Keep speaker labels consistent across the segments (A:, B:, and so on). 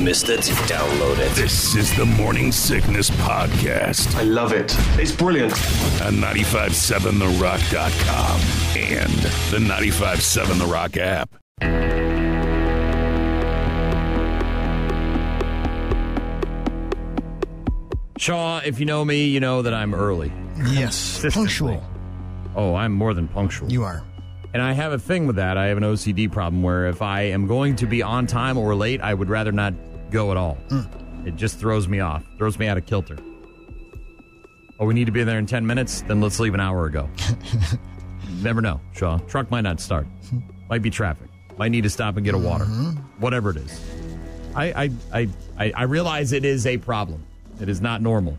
A: missed it, download it.
B: This is the Morning Sickness Podcast
C: I love it. It's brilliant.
B: on 957therock.com and the 957 The Rock app.
D: Shaw, if you know me, you know that I'm early.
E: Yes,
D: Consistently.
E: punctual.
D: Oh, I'm more than punctual.
E: You are.
D: and I have a thing with that. I have an OCD problem where if I am going to be on time or late, I would rather not go at all. It just throws me off, throws me out of kilter. Oh, we need to be there in 10 minutes? Then let's leave an hour ago. Never know, Shaw. Truck might not start. Might be traffic. Might need to stop and get a water. Whatever it is. I, I, I, I, I realize it is a problem. It is not normal.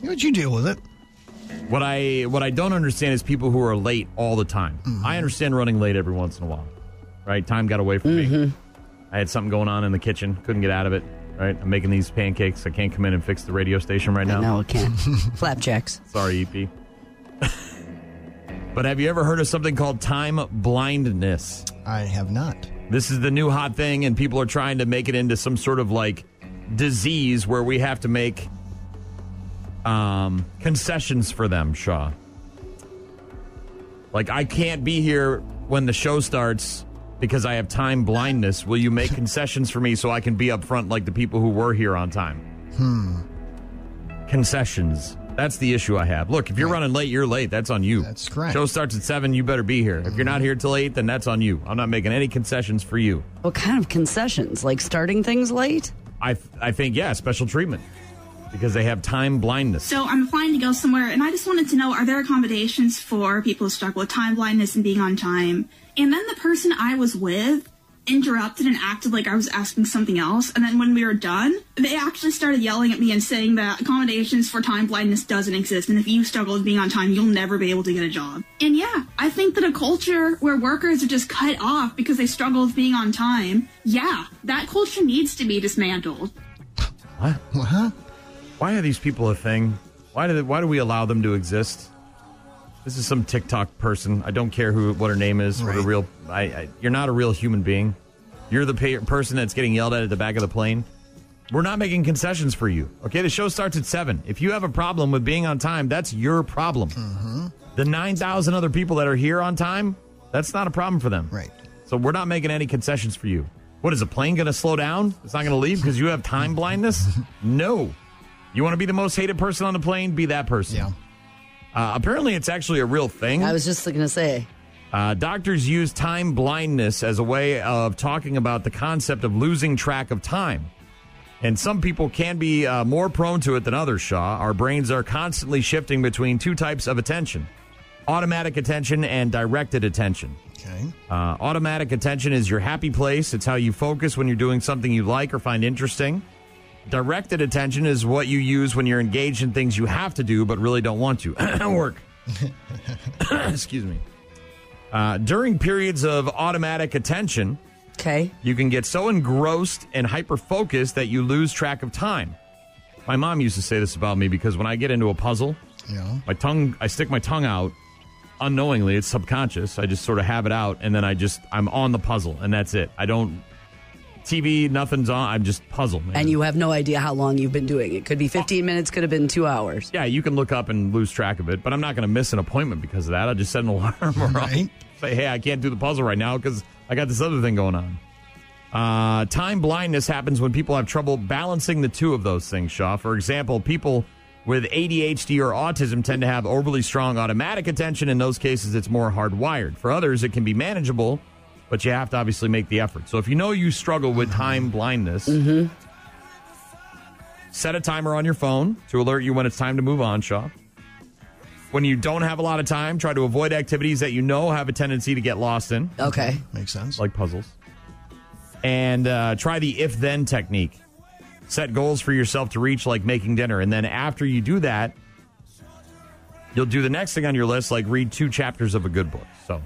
E: You know what you deal with it?
D: What I what I don't understand is people who are late all the time. I understand running late every once in a while. Right? Time got away from me. I had something going on in the kitchen, couldn't get out of it. Right? I'm making these pancakes. I can't come in and fix the radio station right now.
F: No, it can't. Flapjacks.
D: Sorry, EP. but have you ever heard of something called time blindness?
E: I have not.
D: This is the new hot thing, and people are trying to make it into some sort of like disease where we have to make um, concessions for them, Shaw. Like, I can't be here when the show starts because I have time blindness. Will you make concessions for me so I can be up front like the people who were here on time? Hmm. Concessions. That's the issue I have. Look, if you're running late, you're late. That's on you.
E: That's correct. Hmm.
D: Show starts at 7, you better be here. If you're not here till 8, then that's on you. I'm not making any concessions for you.
F: What kind of concessions? Like starting things late?
D: I, I think, yeah, special treatment because they have time blindness.
G: So I'm applying to go somewhere, and I just wanted to know are there accommodations for people who struggle with time blindness and being on time? And then the person I was with interrupted and acted like I was asking something else. And then when we were done, they actually started yelling at me and saying that accommodations for time blindness doesn't exist. And if you struggle with being on time, you'll never be able to get a job. And yeah, I think that a culture where workers are just cut off because they struggle with being on time, yeah, that culture needs to be dismantled.
E: Well, huh?
D: Why are these people a thing? Why do they, why do we allow them to exist? This is some TikTok person. I don't care who what her name is. What a
E: Right.
D: real I, I, you're not a real human being. You're the pa person that's getting yelled at at the back of the plane. We're not making concessions for you. Okay, the show starts at seven. If you have a problem with being on time, that's your problem.
E: Mm-hmm.
D: The nine thousand other people that are here on time, that's not a problem for them.
E: Right.
D: So we're not making any concessions for you. What is a plane going to slow down? It's not going to leave because you have time blindness? No. You want to be the most hated person on the plane? Be that person.
E: Yeah.
D: Uh, apparently, it's actually a real thing.
F: I was just going to say.
D: Uh, doctors use time blindness as a way of talking about the concept of losing track of time. And some people can be uh, more prone to it than others, Shaw. Our brains are constantly shifting between two types of attention automatic attention and directed attention.
E: Okay.
D: Uh, automatic attention is your happy place. It's how you focus when you're doing something you like or find interesting. Directed attention is what you use when you're engaged in things you have to do but really don't want to. Work. Excuse me. Uh, during periods of automatic attention,
F: Okay.
D: you can get so engrossed and hyper focused that you lose track of time. My mom used to say this about me because when I get into a puzzle,
E: Yeah.
D: my tongue i stick my tongue out unknowingly it's subconscious i just sort of have it out and then i just i'm on the puzzle and that's it i don't tv nothing's on i'm just puzzled man.
F: And you have no idea how long you've been doing it. Could be 15 minutes, could have been two hours.
D: yeah you can look up and lose track of it but i'm not going to miss an appointment because of that i'll just set an alarm or I'll
E: Right.
D: say hey i can't do the puzzle right now because i got this other thing going on uh, time blindness happens when people have trouble balancing the two of those things shaw for example people with adhd or autism tend to have overly strong automatic attention in those cases it's more hardwired for others it can be manageable but you have to obviously make the effort so if you know you struggle with time blindness set a timer on your phone to alert you when it's time to move on shaw when you don't have a lot of time try to avoid activities that you know have a tendency to get lost in
F: Okay.
E: Makes sense.
D: like puzzles. And uh, try the if then technique. Set goals for yourself to reach, like making dinner. And then after you do that, you'll do the next thing on your list, like read two chapters of a good book. So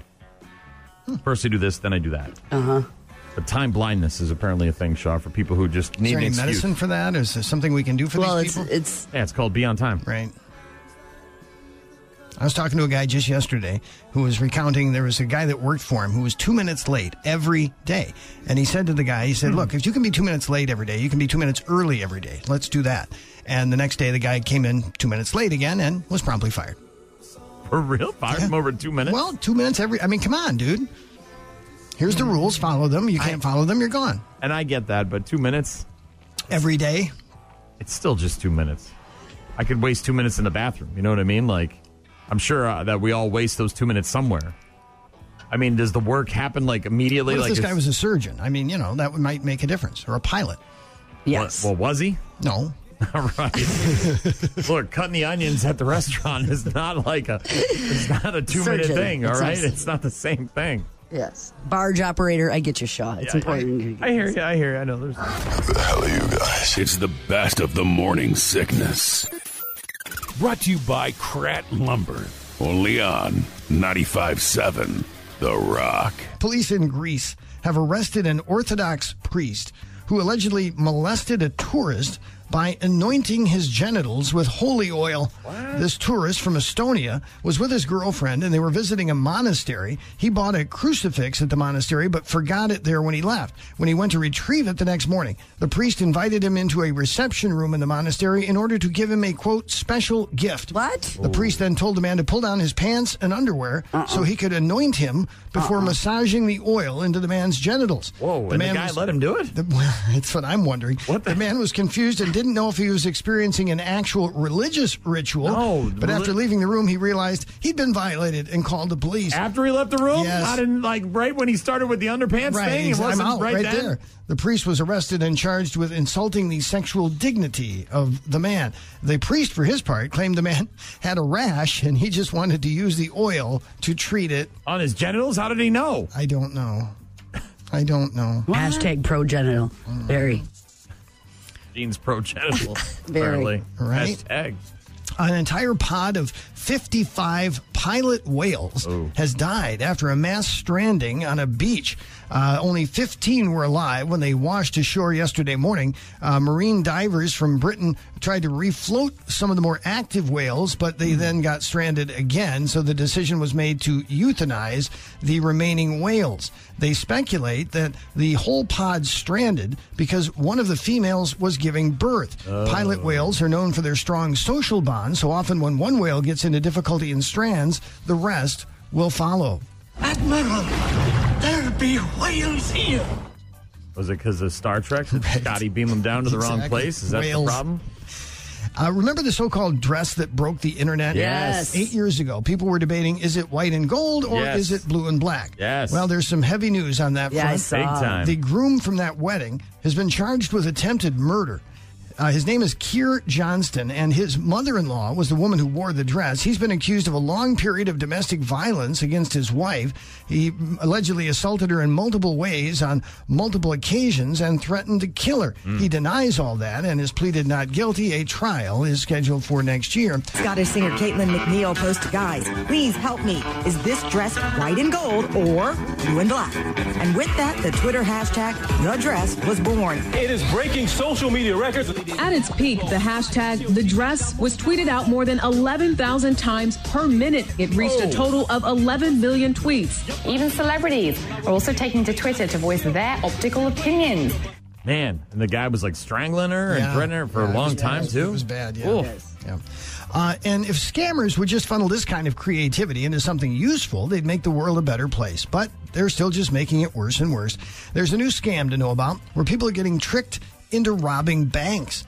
D: first I do this, then I do that. Uh huh. But time blindness is apparently a thing, Shaw, for people who just
E: Is
D: need
E: there
D: an
E: any
D: excuse.
E: medicine for that? Is there something we can do for
F: Well,
E: these
F: it's
E: people?
F: it's
D: Yeah, it's called Be On Time.
E: right. I was talking to a guy just yesterday who was recounting there was a guy that worked for him who was two minutes late every day. And he said to the guy, he said,
D: Hmm.
E: Look, if you can be two minutes late every day, you can be two minutes early every day. Let's do that. And the next day, the guy came in two minutes late again and was promptly fired.
D: For real? Fired him over two minutes?
E: Well, two minutes every. I mean, come on, dude. Here's the rules. Follow them. You can't follow them. You're gone.
D: and I get that, but two minutes?
E: Every day.
D: It's still just two minutes. I could waste two minutes in the bathroom. You know what I mean? Like, I'm sure uh, that we all waste those two minutes somewhere. I mean, does the work happen like immediately?
E: What if
D: like
E: this guy
D: it's-
E: was a surgeon? I mean, you know, that might make a difference. Or a pilot.
F: Yes.
D: Well, was he?
E: No.
D: All right. Look, cutting the onions at the restaurant is not like a. It's not a two minute
F: Surgeon.
D: thing. All
F: It's
D: right,
F: nice.
D: it's not the same thing.
F: yes. Barge operator, I get you, Shaw. It's important.
D: I, I hear you. I hear you. I know there's.
B: It's the best of the morning sickness. Brought to you by Krat Lumber. Only on 95.7 The Rock.
E: Police in Greece have arrested an Orthodox priest who allegedly molested a tourist by anointing his genitals with holy oil. This tourist from Estonia was with his girlfriend and they were visiting a monastery. He bought a crucifix at the monastery but forgot it there when he left. When he went to retrieve it the next morning, the priest invited him into a reception room in the monastery in order to give him a quote special gift.
F: What?
D: Oh.
E: The priest then told the man to pull down his pants and underwear
D: Uh-uh.
E: so he could anoint him before massaging the oil into the man's genitals.
D: Whoa! and the guy
E: was-
D: let him do it.
E: The, well, that's what I'm wondering.
D: What the-
E: the man was confused and didn't know if he was experiencing an actual religious ritual.
D: No,
E: but
D: reli-
E: after leaving the room, he realized he'd been violated and called the police.
D: After he left the room,
E: Yes.
D: I didn't like right when he started with the underpants thing. It
E: exa-
D: wasn't
E: I'm out
D: right,
E: right,
D: then.
E: there. The priest was arrested and charged with insulting the sexual dignity of the man. The priest, for his part, claimed the man had a rash and he just wanted to use the oil to treat it.
D: on his genitals. How did he know?
E: I don't know. I don't know.
F: Hashtag progenital. Very.
D: Gene's progenital.
F: Very.
D: apparently.
E: Right?
D: Hashtag.
E: An entire pod of 55 pilot whales has died after a mass stranding on a beach. Uh, only 15 were alive when they washed ashore yesterday morning. Uh, marine divers from Britain tried to refloat some of the more active whales, but they then got stranded again, so the decision was made to euthanize the remaining whales. They speculate that the whole pod stranded because one of the females was giving birth.
D: Oh.
E: Pilot whales are known for their strong social bonds, so often when one whale gets into difficulty and strands, the rest will follow.
A: Admiral, there be whales here.
D: Was it because of Star Trek? Did Scotty beam him down to the wrong
E: Exactly.
D: place? Is that
E: Whales.
D: the problem?
E: Uh, remember the so called dress that broke the internet?
F: Yes.
E: Eight years ago, people were debating is it white and gold or
D: Yes.
E: is it blue and black?
D: Yes.
E: Well, there's some heavy news on that
F: Yeah, I
E: front.
F: saw
D: Big time.
E: The groom from that wedding has been charged with attempted murder. Uh, his name is Keir Johnston, and his mother in law was the woman who wore the dress. He's been accused of a long period of domestic violence against his wife. He allegedly assaulted her in multiple ways on multiple occasions and threatened to kill her. He denies all that and has pleaded not guilty. A trial is scheduled for next year.
H: Scottish singer Caitlin McNeil posted, Guys, please help me. Is this dress white and gold or blue and black? And with that, the Twitter hashtag, The Dress, was born.
I: It is breaking social media records.
J: At its peak, the hashtag the dress was tweeted out more than 11,000 times per minute. It reached a total of 11 million tweets.
K: Even celebrities are also taking to Twitter to voice their optical opinions.
D: Man, and the guy was like strangling her and
E: Yeah.
D: threatening her for
E: Yeah,
D: a
E: it
D: long
E: was- yeah,
D: time
E: it was-
D: too.
E: It was bad, yeah.
D: Oof.
E: Yeah. Uh, and if scammers would just funnel this kind of creativity into something useful, they'd make the world a better place. But they're still just making it worse and worse. There's a new scam to know about where people are getting tricked into robbing banks.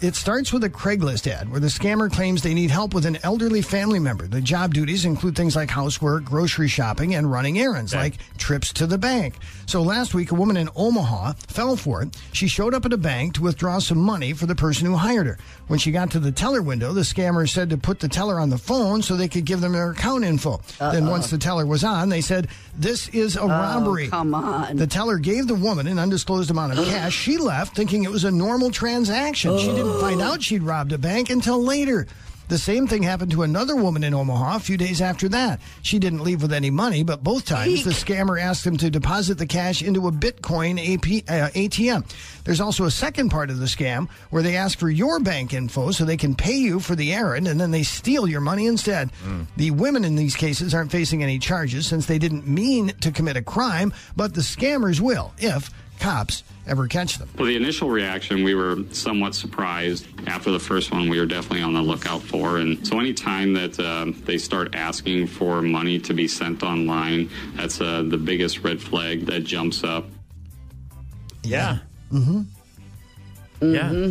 E: it starts with a Craigslist ad where the scammer claims they need help with an elderly family member. The job duties include things like housework, grocery shopping, and running errands like trips to the bank. So last week, a woman in Omaha fell for it. She showed up at a bank to withdraw some money for the person who hired her. When she got to the teller window, the scammer said to put the teller on the phone so they could give them their account info. Then once the teller was on, they said, This is a robbery.
F: Come on.
E: The teller gave the woman an undisclosed amount of cash. She left thinking it was a normal transaction. She didn't find out she'd robbed a bank until later. The same thing happened to another woman in Omaha a few days after that. She didn't leave with any money, but both times the scammer asked him to deposit the cash into a Bitcoin AP, uh, ATM. There's also a second part of the scam where they ask for your bank info so they can pay you for the errand and then they steal your money instead.
D: Mm.
E: The women in these cases aren't facing any charges since they didn't mean to commit a crime, but the scammers will if cops ever catch them.
L: Well, the initial reaction, we were somewhat surprised. After the first one, we were definitely on the lookout for. And so, anytime that uh, they start asking for money to be sent online, that's uh, the biggest red flag that jumps up.
D: Yeah.
E: Mm-hmm.
D: Yeah.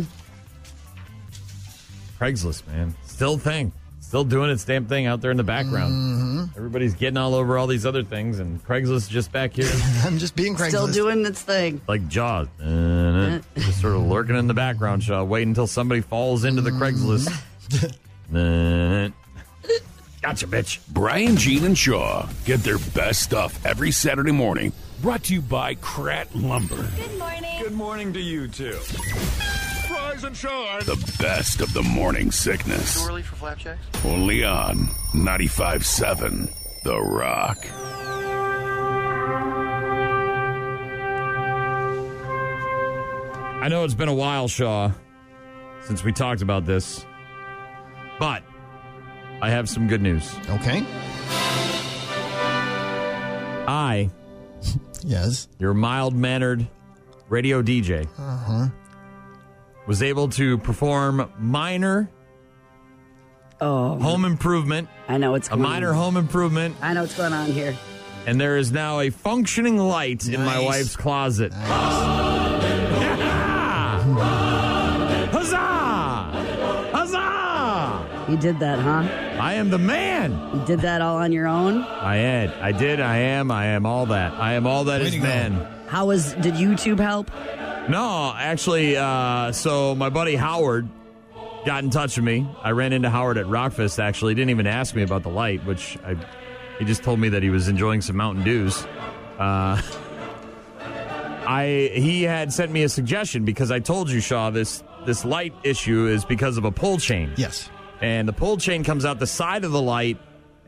D: Craigslist, man. Still thing. Still doing its damn thing out there in the background.
E: Mm-hmm.
D: Everybody's getting all over all these other things, and Craigslist just back here.
E: I'm just being
F: Still doing its thing.
D: like Jaws. Uh, just sort of lurking in the background, Shaw. Wait until somebody falls into the Craigslist. Uh, Gotcha, bitch.
B: Brian, Gene, and Shaw get their best stuff every Saturday morning. Brought to you by Krat Lumber.
M: Good morning. Good morning to you too. Rise and shine.
B: The best of the morning sickness.
M: Too early for flapjacks?
B: Only on 95.7 The Rock.
D: I know it's been a while, Shaw, since we talked about this, but I have some good news.
E: Okay.
D: I,
E: yes,
D: your mild mannered radio DJ,
E: Uh-huh.
D: was able to perform minor home improvement.
F: I know it's
D: a minor home improvement.
F: I know what's going on here.
D: and there is now a functioning light in my wife's closet. Yeah! Huzzah! Huzzah!
F: You did that, huh?
D: I am the man.
F: You did that all on your own.
D: I had, I did, I am, I am all that. I am all that is man.
F: How was? Did YouTube help?
D: No, actually, uh, so my buddy Howard got in touch with me. I ran into Howard at Rockfest. Actually, he didn't even ask me about the light, which I he just told me that he was enjoying some Mountain Dews. Uh, I he had sent me a suggestion because I told you, Shaw, this this light issue is because of a pull chain.
E: Yes,
D: and the pull chain comes out the side of the light,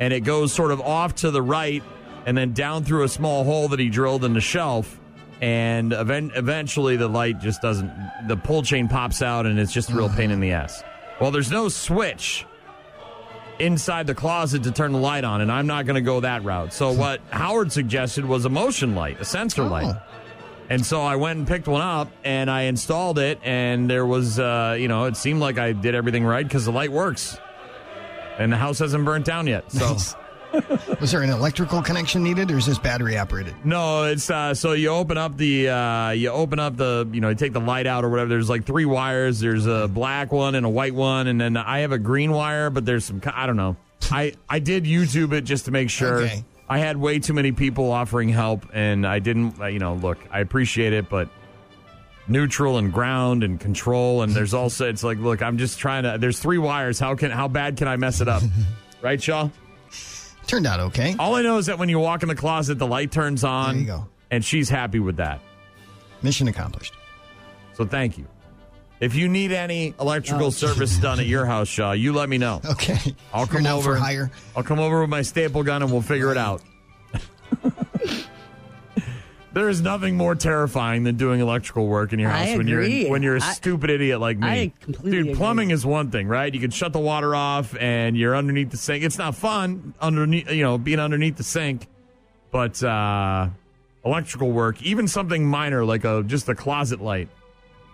D: and it goes sort of off to the right, and then down through a small hole that he drilled in the shelf. And even- eventually, the light just doesn't. The pull chain pops out, and it's just a real pain in the ass. Well, there's no switch inside the closet to turn the light on, and I'm not going to go that route. So what Howard suggested was a motion light, a sensor light. And so I went and picked one up, and I installed it, and there was, uh, you know, it seemed like I did everything right because the light works, and the house hasn't burnt down yet. So.
E: Was there an electrical connection needed, or is this battery operated?
D: No, it's uh, so you open up the uh, you open up the you know you take the light out or whatever. There's like three wires. There's a black one and a white one, and then I have a green wire. But there's some co- I don't know. I I did YouTube it just to make sure.
E: Okay.
D: I had way too many people offering help, and I didn't. uh, You know, look, I appreciate it, but neutral and ground and control, and there's also it's like look, I'm just trying to. There's three wires. How can how bad can I mess it up? right, Shaw.
E: Turned out okay.
D: All I know is that when you walk in the closet, the light turns on.
E: There you go.
D: And she's happy with that.
E: Mission accomplished.
D: So thank you. If you need any electrical
E: Oh.
D: service done at your house, Shaw, you let me know.
E: Okay.
D: I'll come
E: now
D: over.
E: for hire.
D: I'll come over with my staple gun and we'll figure it out. there is nothing more terrifying than doing electrical work in your
F: I
D: house when you're
F: agree.
D: when you're a
F: I-
D: stupid idiot like me.
F: I completely
D: Dude, plumbing is one thing, right? You can shut the water off and you're underneath the sink. It's not fun underneath, you know, being underneath the sink, but uh electrical work, even something minor like a just a closet light.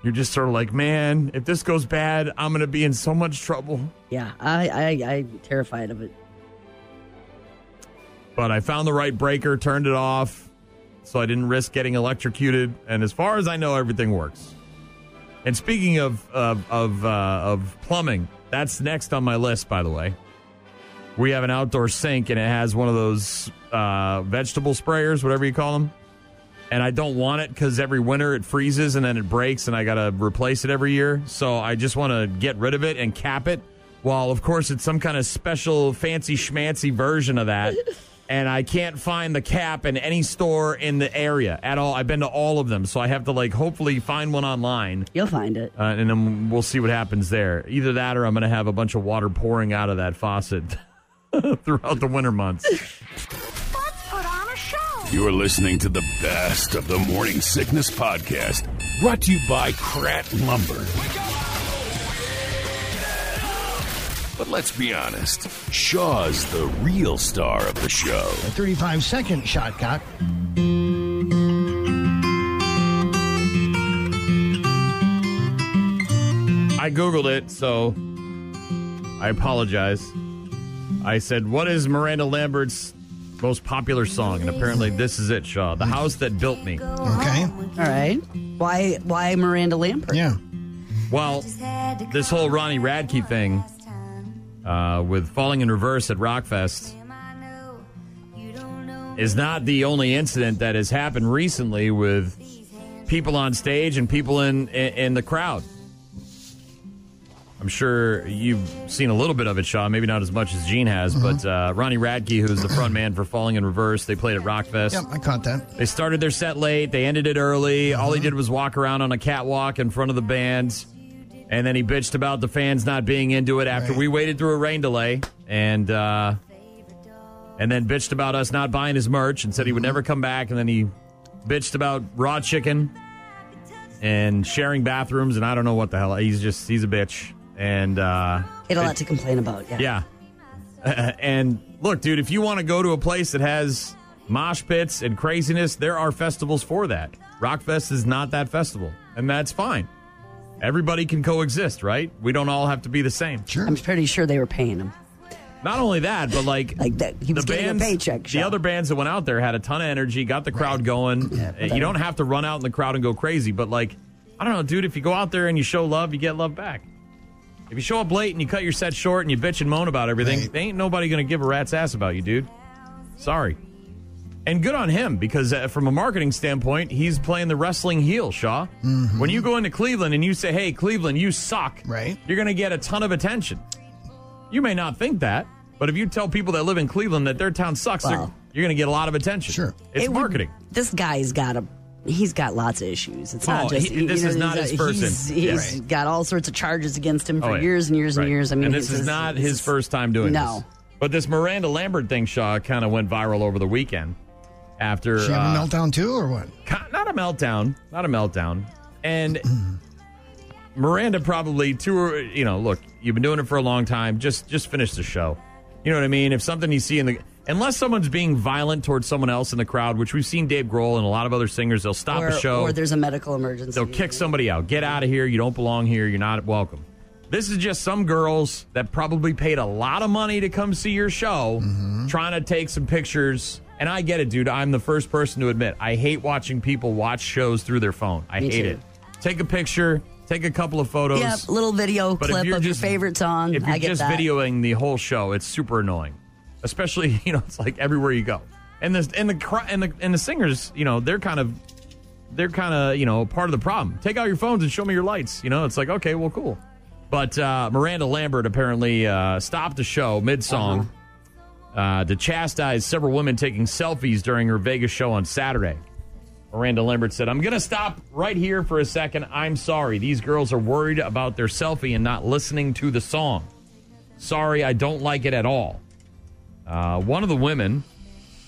D: You're just sort of like, man, if this goes bad, I'm going to be in so much trouble.
F: Yeah, I, I, I'm terrified of it.
D: but I found the right breaker, turned it off, so I didn't risk getting electrocuted. And as far as I know, everything works. And speaking of of of, uh, of plumbing, that's next on my list. By the way, we have an outdoor sink, and it has one of those uh, vegetable sprayers, whatever you call them. And I don't want it because every winter it freezes and then it breaks, and I gotta replace it every year. So I just want to get rid of it and cap it. While of course it's some kind of special fancy schmancy version of that. and I can't find the cap in any store in the area at all. I've been to all of them, so I have to like hopefully find one online.
F: You'll find it,
D: uh, and then we'll see what happens there. Either that, or I'm going to have a bunch of water pouring out of that faucet throughout the winter months.
B: You're listening to the best of the Morning Sickness Podcast, brought to you by Krat Lumber. But let's be honest, Shaw's the real star of the show.
E: A 35 second shot clock.
D: I Googled it, so I apologize. I said, What is Miranda Lambert's most popular song? And apparently, this is it, Shaw. The House That Built Me.
E: Okay.
F: Oh.
E: All
F: right. Why, why Miranda Lambert?
E: Yeah.
D: Well, this whole Ronnie Radke thing uh, with Falling in Reverse at Rockfest is not the only incident that has happened recently with people on stage and people in, in, in the crowd. I'm sure you've seen a little bit of it, Shaw. Maybe not as much as Gene has, but uh, Ronnie Radke, who's the front man for Falling in Reverse, they played at Rockfest.
E: Yep, I caught that.
D: They started their set late. They ended it early. All he did was walk around on a catwalk in front of the band. And then he bitched about the fans not being into it after we waited through a rain delay. And, uh, and then bitched about us not buying his merch and said he would never come back. And then he bitched about raw chicken and sharing bathrooms. And I don't know what the hell. He's just, he's a bitch. And, uh,
F: He had a lot to complain about. Yeah.
D: yeah. and look, dude, if you want to go to a place that has mosh pits and craziness, there are festivals for that. Rockfest is not that festival, and that's fine. Everybody can coexist, right? We don't all have to be the same.
F: I'm pretty sure they were paying him.
D: Not only that, but like,
F: Like that, he was
D: the
F: getting
D: bands,
F: a paycheck.
D: the other bands that went out there had a ton of energy, got the crowd going. Uh, you don't have to run out in the crowd and go crazy, but like, I don't know, dude. If you go out there and you show love, you get love back. If you show up late and you cut your set short and you bitch and moan about everything, they ain't nobody gonna give a rat's ass about you, dude. Sorry. And good on him because uh, from a marketing standpoint, he's playing the wrestling heel, Shaw.
F: Mm-hmm.
D: When you go into Cleveland and you say, "Hey, Cleveland, you suck,"
E: right?
D: You're gonna get a ton of attention. You may not think that, but if you tell people that live in Cleveland that their town sucks, they're-
F: Well.
D: you're going to get a lot of attention. Sure, it's
F: It would-
D: marketing.
F: this guy's got a he's got lots of issues. It's
D: Oh,
F: not just
D: he- this
F: you know,
D: is not
F: he's-
D: his person.
F: He's,
D: Yeah.
F: he's got all sorts of charges against him for
D: Oh, yeah.
F: years and years
D: Right.
F: and years. I mean,
D: and this
F: it's-
D: is not his first time doing
F: No.
D: this. But this Miranda Lambert thing, Shaw, kind of went viral over the weekend after
E: Did she have
D: uh,
E: a meltdown too, or what?
D: Ki- not a meltdown, not a meltdown. And Miranda probably two or you know, look, you've been doing it for a long time. Just just finish the show. You know what I mean? If something you see in the unless someone's being violent towards someone else in the crowd, which we've seen Dave Grohl and a lot of other singers, they'll stop
F: or,
D: a show.
F: or there's a medical emergency.
D: They'll kick somebody out. Get out of here. You don't belong here. You're not welcome. This is just some girls that probably paid a lot of money to come see your show trying to take some pictures. And I get it, dude. I'm the first person to admit I hate watching people watch shows through their phone. I
F: Me
D: hate
F: too.
D: it. Take a picture, take a couple of photos.
F: Yep, little video
D: But if
F: clip
D: you're
F: of
D: just-
F: your favorite song.
D: If you're
F: I get
D: just
F: that.
D: videoing the whole show, it's super annoying. Especially, you know, it's like everywhere you go, and the and the cr- and the and the singers, you know, they're kind of they're kind of you know part of the problem. Take out your phones and show me your lights. You know, it's like okay, well, cool. But uh, Miranda Lambert apparently uh, stopped the show mid
F: Uh-huh.
D: song uh to chastise several women taking selfies during her Vegas show on Saturday. Miranda Lambert said, I'm going to stop right here for a second. I'm sorry. These girls are worried about their selfie and not listening to the song. Sorry, I don't like it at all. Uh, one of the women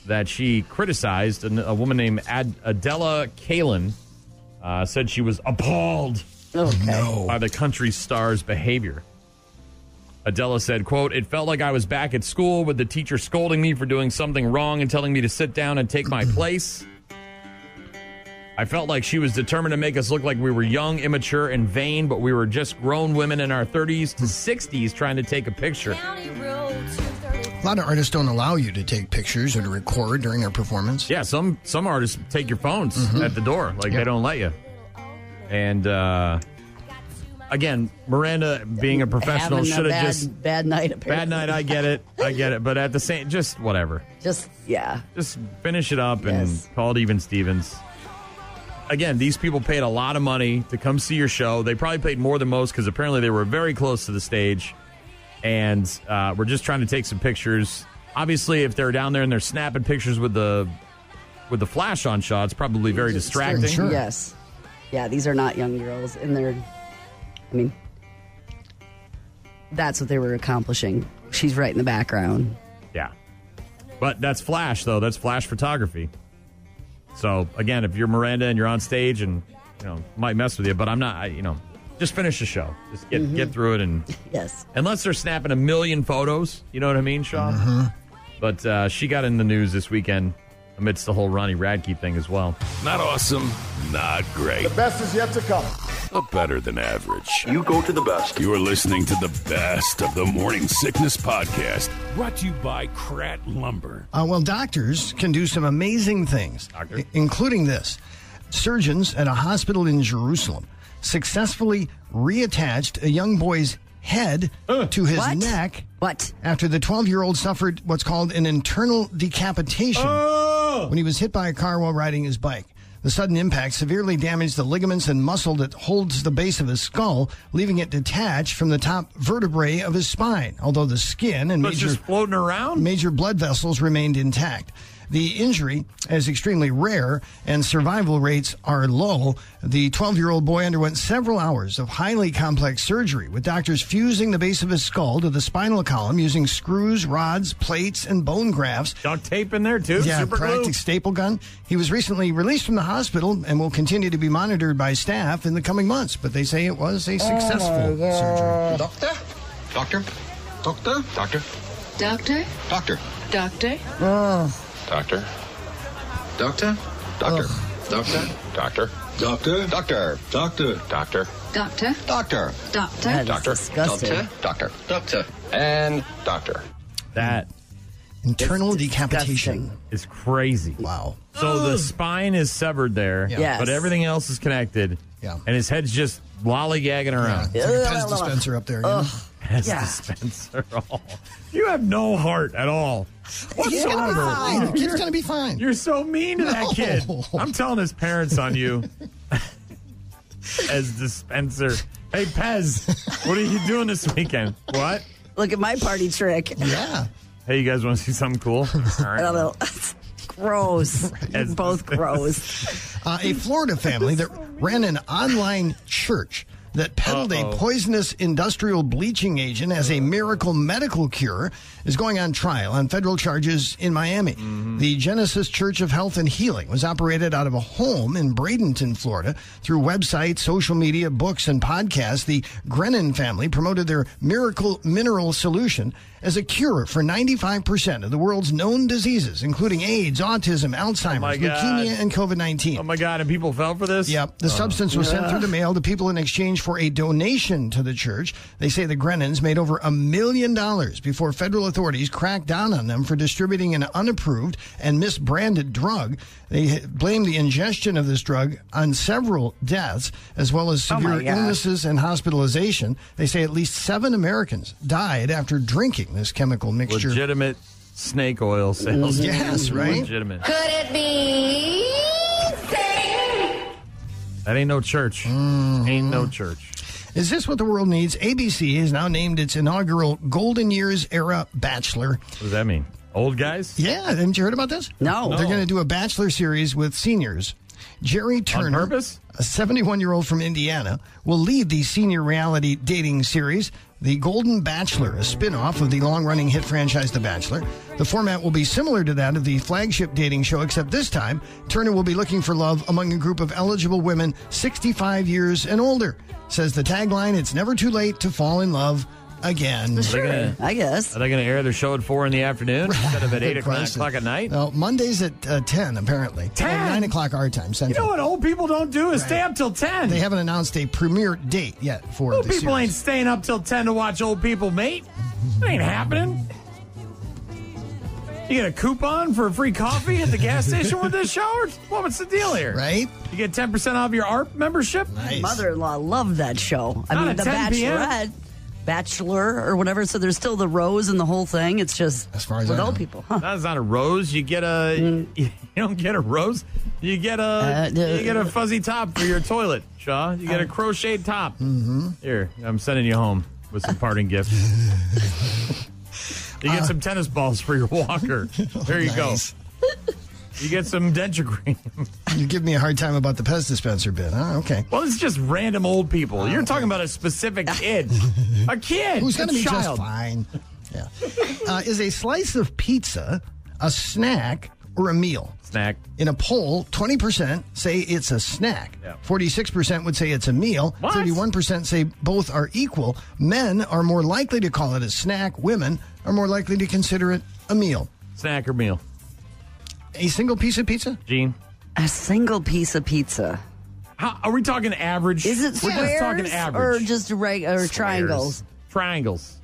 D: that she criticized, an- a woman named Ad- Adela Kalin, uh, said she was appalled by the country star's behavior. Adela said, quote, It felt like I was back at school with the teacher scolding me for doing something wrong and telling me to sit down and take my place. I felt like she was determined to make us look like we were young, immature, and vain, but we were just grown women in our 30s to 60s trying to take a picture.
E: A lot of artists don't allow you to take pictures or to record during their performance.
D: Yeah, some some artists take your phones
F: Mm-hmm.
D: at the door, like they don't let you. And uh, again, Miranda, being a professional,
F: Having a
D: should have
F: bad-
D: just
F: bad night. Apparently.
D: bad night. I get it, I get it. But at the same, just whatever.
F: Just yeah.
D: Just finish it up
F: Yes.
D: and call it even Stevens. Again, these people paid a lot of money to come see your show. They probably paid more than most because apparently they were very close to the stage and uh, were just trying to take some pictures. Obviously, if they're down there and they're snapping pictures with the with the flash on shot, it's probably very
F: It's
D: distracting.
F: still- Yes. Yeah, these are not young girls, and they're, I mean, that's what they were accomplishing. She's right in the background.
D: Yeah. But that's flash though. That's flash photography. So again, if you're Miranda and you're on stage and you know might mess with you, but I'm not. I, you know, just finish the show. Just get
E: Mm-hmm.
D: get through it and
F: yes.
D: Unless they're snapping a million photos, you know what I mean, Sean.
E: Mm-hmm.
D: But uh, she got in the news this weekend amidst the whole Ronnie Radke thing as well.
B: Not awesome, not great,
N: best is yet to come.
B: but better than average. You go to the best. You are listening to the best of the Morning Sickness Podcast, brought to you by Krat Lumber.
E: Uh, well, doctors can do some amazing things, i- including this. Surgeons at a hospital in Jerusalem successfully reattached a young boy's head to his
F: What?
E: neck.
F: What?
E: After the 12 year old suffered what's called an internal decapitation
D: Oh!
E: when he was hit by a car while riding his bike. The sudden impact severely damaged the ligaments and muscle that holds the base of his skull, leaving it detached from the top vertebrae of his spine, although the skin and
D: So it's
E: major
D: just floating around?
E: major blood vessels remained intact. The injury is extremely rare and survival rates are low. The 12 year old boy underwent several hours of highly complex surgery, with doctors fusing the base of his skull to the spinal column using screws, rods, plates, and bone grafts.
D: Duct tape in there, too?
E: Yeah,
D: Super glue?
E: practic- staple gun. He was recently released from the hospital and will continue to be monitored by staff in the coming months, but they say it was a successful surgery.
O: Doctor? Doctor? Doctor? Doctor?
P: Doctor?
O: Doctor?
P: Doctor?
O: Doctor? Doctor? Doctor? Doctor? Doctor? Doctor? Doctor? Doctor? Doctor?
P: Doctor?
O: Doctor?
P: Doctor?
O: Doctor? Doctor? Doctor? Doctor? And doctor.
D: That
E: internal decapitation
D: is crazy.
E: Wow.
D: So the spine is severed there,
E: Yeah. Yes.
D: but everything else is connected.
E: Yeah.
D: And his head's just lollygagging around.
E: It's like a Pez dispenser up there. you know?
D: Pez dispenser. all. You have no heart at all.
E: He's gonna be
D: Whatsoever.
E: fine. The kid's gonna be fine.
D: Oh, You're so mean to that kid. I'm telling his parents on you. As dispenser. Hey, Pez, what are you doing this weekend? What?
F: Look at my party trick.
E: Yeah.
D: Hey, you guys want to see something cool? All
F: I
D: right.
F: don't know. gross. You're both gross.
E: Uh, a Florida family that ran an online church that peddled a poisonous industrial bleaching agent as a miracle medical cure is going on trial on federal charges in Miami.
D: Mm-hmm.
E: The Genesis Church of Health and Healing was operated out of a home in Bradenton, Florida. Through websites, social media, books, and podcasts, the Grennan family promoted their miracle mineral solution as a cure for 95% of the world's known diseases, including AIDS, autism,
D: Oh my God.
E: Alzheimer's, leukemia, and COVID 19.
D: Oh my god! And people fell for this.
E: Yep. The substance was sent through the mail to people in exchange for a donation to the church. They say the Grennans made over a million dollars before federal authorities cracked down on them for distributing an unapproved and misbranded drug. They blamed the ingestion of this drug on several deaths, as well as
F: Oh, my
E: severe
F: gosh.
E: illnesses and hospitalization. They say at least seven Americans died after drinking this chemical mixture.
D: Legitimate snake oil sales.
E: Yes, right?
D: Legitimate.
P: Could it be?
D: That ain't no church.
E: Mm-hmm.
D: Ain't no church.
E: Is this what the world needs? ABC has now named its inaugural Golden Years Era Bachelor.
D: What does that mean? Old guys?
E: Yeah, haven't you heard about this?
F: No.
E: They're going to do a bachelor series with seniors. Jerry Turner, a 71 year old from Indiana, will lead the senior reality dating series, The Golden Bachelor, a spin off of the long running hit franchise The Bachelor. The format will be similar to that of the flagship dating show, except this time, Turner will be looking for love among a group of eligible women 65 years and older. Says the tagline, It's never too late to fall in love again.
D: Are they gonna- Are they going to air their show at four in the afternoon instead of at eight o'clock,
E: Question.
D: o'clock at night?
E: No, Mondays at uh, 10, apparently.
D: 10?
E: Or 9 o'clock our time,
D: You
E: Central.
D: know what old people don't do is stay up till ten.
E: They haven't announced a premiere date yet for
D: Old
E: the
D: people
E: series.
D: ain't staying up till ten to watch old people mate. It ain't happening. You get a coupon for free coffee at the gas station with this shower? Well, what's the deal here?
E: Right?
D: You get ten percent off your ARP membership.
F: My mother-in-law loved that show. I
D: Not
F: mean,
D: at
F: The
D: 10 p.m.
F: Bachelorette, Bachelor, or whatever. So there's still the rose and the whole thing. It's just as far
D: as
F: with
D: I
F: old
D: know.
F: people.
D: That's not a rose. You get a.
E: Mm.
D: You don't get a rose. You get a.
E: Uh,
D: you get a fuzzy top for your toilet, Shaw. You get a crocheted top. Mm-hmm. Here, I'm sending you home with some parting gifts. You get some tennis balls for your walker. There you
E: Uh. Nice.
D: go. You get some denture cream.
E: You give me a hard time about the pest dispenser bit, huh? Okay.
D: Well, it's just random old people. You're talking about a specific kid. A kid.
E: Who's going
D: a
E: to be just
D: child.
E: fine? Yeah. Uh, is a slice of pizza a snack or a meal?
D: Snack.
E: In a poll, 20% say it's a snack. 46% would say it's a meal. 31% say both are equal. Men are more likely to call it a snack. Women are more likely to consider it a meal.
D: Snack or meal?
E: A single piece of pizza?
D: Gene?
F: A single piece of pizza.
D: How, are we talking average?
F: Is it
D: We're
F: squares
D: just talking average.
F: or just reg- or triangles?
D: Triangles.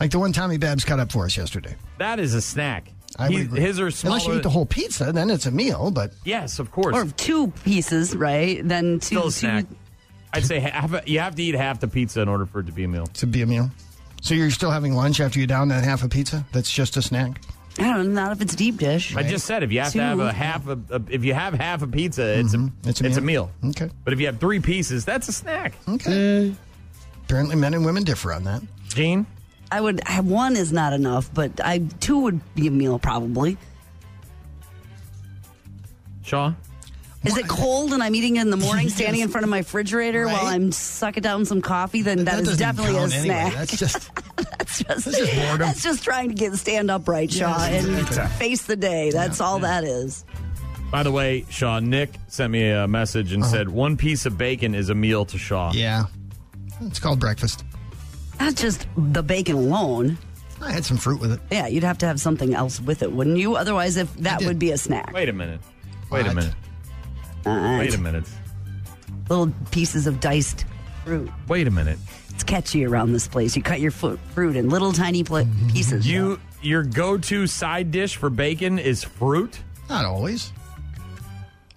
E: Like the one Tommy Babs cut up for us yesterday.
D: That is a snack.
E: I would
D: He-
E: agree.
D: His are smaller.
E: Unless you eat the whole pizza, then it's a meal, but
D: Yes, of course.
F: Or two pieces, right? Then two.
D: Still a
F: two-
D: snack. I'd say half. a- You have to eat half the pizza in order for it to be a meal.
E: to be a meal. So you're still having lunch after you down that half a pizza? That's just a snack?
F: I don't know, not if it's deep dish.
D: I just said if you have to have a
F: Two.
D: half a, a if you have half a pizza, it's
E: Mm-hmm.
D: a it's, a, meal.
E: Okay.
D: But if you have three pieces, that's a snack.
E: Okay.
F: Eh.
E: Apparently, men and women differ on that.
D: Gene,
F: I would. I, one is not enough, but I two would be a meal probably.
D: Shaw,
F: Is it cold and I'm eating it in the morning, standing in front of my refrigerator while I'm sucking down some coffee? Then that is
E: doesn't
F: definitely a
E: count anyway.
F: snack.
E: That's just
F: That's just,
E: This is boredom.
F: that's just trying to get stand upright, Shaw,
E: Yes,
F: and
E: exactly.
F: face the day. That's all that is.
D: By the way, Shaw Nick sent me a message and said one piece of bacon is a meal to Shaw.
E: Uh-huh. yeah. It's called breakfast.
F: Not just the bacon alone.
E: I had some fruit with it.
F: Yeah, you'd have to have something else with it, wouldn't you? Otherwise, if that would be a snack.
D: Wait a minute. Wait a minute.
E: Uh-uh.
D: Wait a minute.
F: Little pieces of diced fruit.
D: Wait a minute.
F: It's catchy around this place. You cut your foot fruit in little tiny pl- pieces.
D: You your go-to side dish for bacon is fruit?
E: Not always.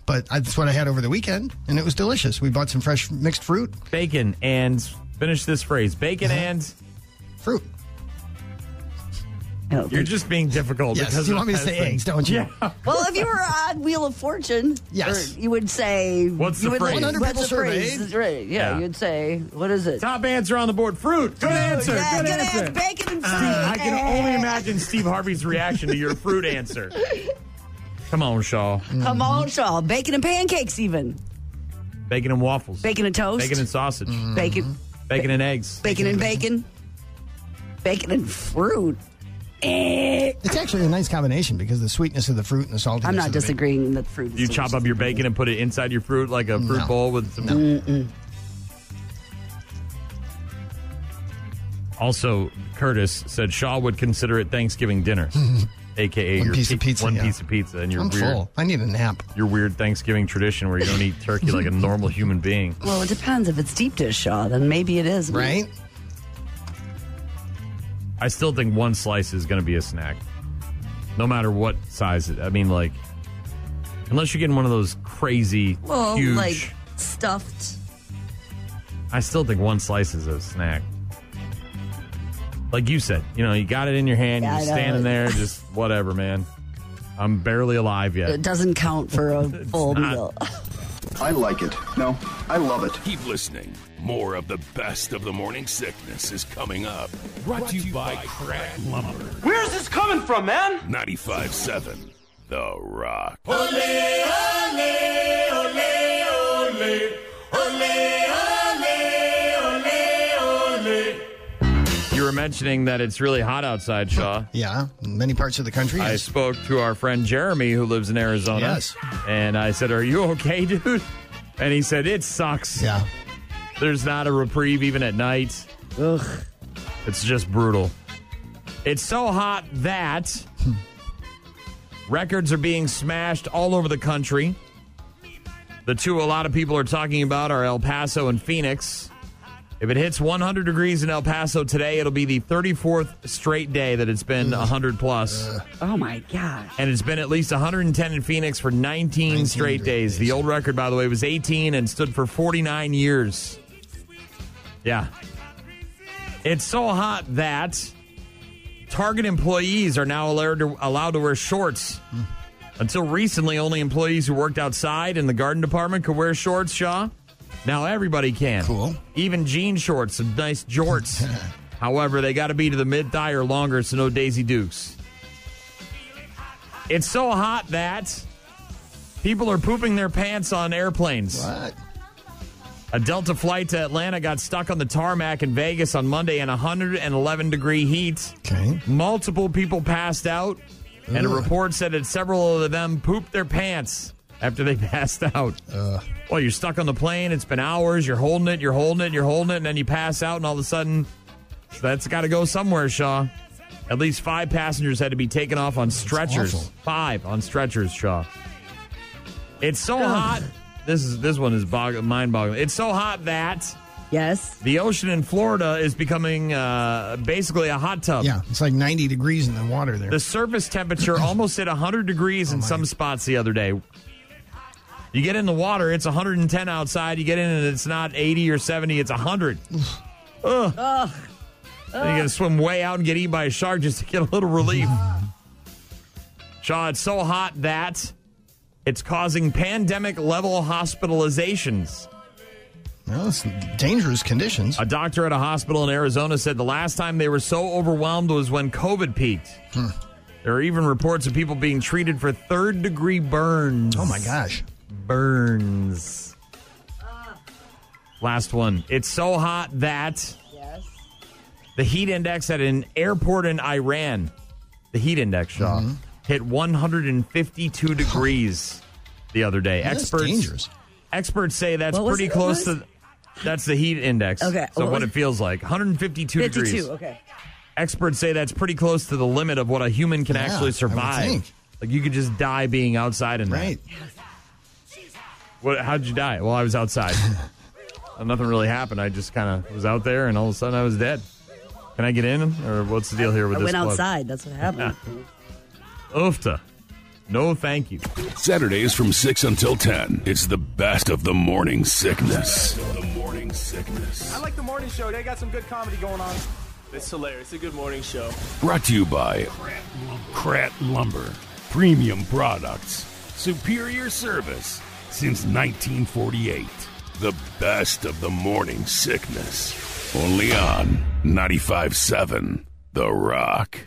E: But I- that's what I had over the weekend, and it was delicious. We bought some fresh mixed fruit.
D: Bacon and finish this phrase. Bacon and
E: Fruit.
D: You're just being difficult
E: Yes,
D: because
E: you
D: of
E: want me to
D: that
E: say
D: thing.
E: eggs, don't you?
D: Yeah.
F: Well, if you were on Wheel of Fortune,
E: Yes.
F: or you would say.
D: What's
F: you
D: the
F: would
D: phrase?
E: 100
F: what's
E: people
F: the phrase?
E: surveyed.
F: Right, yeah,
D: Yeah.
F: you'd say, what is it?
D: Top answer on the board. Fruit. Good answer.
F: Yeah,
D: good
F: gonna
D: answer. Uh,
F: have bacon and fruit.
D: I can only imagine Steve Harvey's reaction to your fruit answer. Come on, Shaw.
F: Come on, Shaw. Bacon and pancakes, even.
D: Bacon and waffles.
F: Bacon and toast.
D: Bacon and Mm-hmm. sausage.
E: Mm.
F: Bacon.
D: Bacon and eggs.
F: Bacon and bacon. Bacon and fruit. Eh.
E: It's actually a nice combination because the sweetness of the fruit and the saltiness. of
F: I'm not
E: the bacon.
F: disagreeing that fruit is
D: You chop up your bacon and put it inside your fruit like a fruit
E: No.
D: bowl with some. Also, Curtis said Shaw would consider it Thanksgiving dinner, aka
E: One
D: your
E: piece of pizza,
D: one
E: yeah.
D: piece of pizza, and your
E: I'm
D: weird,
E: full. I need a nap.
D: your weird Thanksgiving tradition where you don't eat turkey like a normal human being.
F: Well, it depends. If it's deep dish Shaw, then maybe it is.
E: Right?
D: I still think one slice is going to be a snack, no matter what size. It, I mean, like, unless you're getting one of those crazy
F: Well,
D: huge.
F: like stuffed.
D: I still think one slice is a snack. Like you said, you know, you got it in your hand,
F: Yeah,
D: you're
F: I
D: just
F: know.
D: standing there, just whatever, man. I'm barely alive
F: It
D: yet.
F: doesn't count for a full
D: not.
F: meal.
C: I like it. No, I love it.
B: Keep listening. More of the best of the morning sickness is coming up. Brought, to you, by, Crack Lumber.
I: Where's this coming from, man?
B: 95.7 The Rock.
D: You were mentioning that it's really hot outside, Shaw.
E: Yeah. In many parts of the country.
D: I
E: yes.
D: spoke to our friend Jeremy who lives in Arizona.
E: Yes.
D: And I said, Are you okay, dude? And he said, It sucks.
E: yeah.
D: There's not a reprieve even at night. Ugh. It's just brutal. It's so hot that records are being smashed all over the country. The two a lot of people are talking about are El Paso and Phoenix. If it hits 100 degrees in El Paso today, it'll be the 34th straight day that it's been 100 plus.
F: Mm. Oh my gosh.
D: And it's been at least 110 in Phoenix for 19, straight days. The old record, by the way, was 18 and stood for 49 years. Yeah. It's so hot that Target employees are now allowed to, allowed to wear shorts. Until recently, only employees who worked outside in the garden department could wear shorts, Shaw. Now everybody can.
E: Cool.
D: Even jean shorts, some nice jorts. However, they got to be to the mid thigh or longer, so no Daisy Dukes. It's so hot that people are pooping their pants on airplanes. What? A Delta flight to Atlanta got stuck on the tarmac in Vegas on Monday in 111 degree heat. Okay. Multiple people passed out, and a
E: Ugh.
D: report said that several of them pooped their pants after they passed out. Well, you're stuck on the plane. It's been hours. You're holding it. You're holding it. You're holding it, and then you pass out, and all of a sudden, that's got to go somewhere, Shaw. At least five passengers had to be taken off on stretchers.
N: awful.
D: Five on stretchers, Shaw. It's so hot. This is this one is bog- mind boggling. It's so hot that
F: yes,
D: the ocean in Florida is becoming uh, basically a hot tub.
E: Yeah, it's like 90 degrees in the water there.
D: The surface temperature almost hit 100 degrees in some spots the other day. You get in the water, it's 110 outside. You get in and it's not 80 or 70, it's 100. Ugh.
F: Ugh.
D: Then you got to swim way out and get eaten by a shark just to get a little relief. Shaw, it's so hot that it's causing pandemic level hospitalizations.
E: Well, it's dangerous conditions.
D: A doctor at a hospital in Arizona said the last time they were so overwhelmed was when COVID peaked. There are even reports of people being treated for third degree burns. Oh my
E: gosh.
D: Burns. Last one. It's so hot that the heat index at an airport in Iran, the heat index, Shaw,
F: Mm-hmm.
D: hit 152 degrees the other day.
F: That's
D: experts,
F: dangerous.
D: Experts say that's
F: What was
D: pretty
F: it? What
D: close
F: was-
D: to. That's the heat index.
F: Okay,
D: So
F: what
D: what
F: was-
D: it feels like 152
F: 52,
D: degrees.
F: okay.
D: Experts say that's pretty close to the limit of what a human can
F: Yeah, I
D: actually
F: would
D: survive.
F: think.
D: Like you could just die being outside in
E: Right.
D: What? How'd you die? Well, I was outside. Uh, Nothing really happened. I just kind of was out there, and all of a sudden I was dead. Can I get in, or what's the deal here with
F: I
D: this?
F: went
D: club?
F: outside. That's what happened.
D: Oofta. No, thank you.
B: Saturdays from 6 until 10. It's the best of the morning sickness. The morning sickness.
M: I like the morning show. They got some good comedy going on. It's hilarious. It's a good morning show.
B: Brought to you by Krat Lumber. Premium products. Superior service since 1948. The best of the morning sickness. Only on 95.7 The Rock.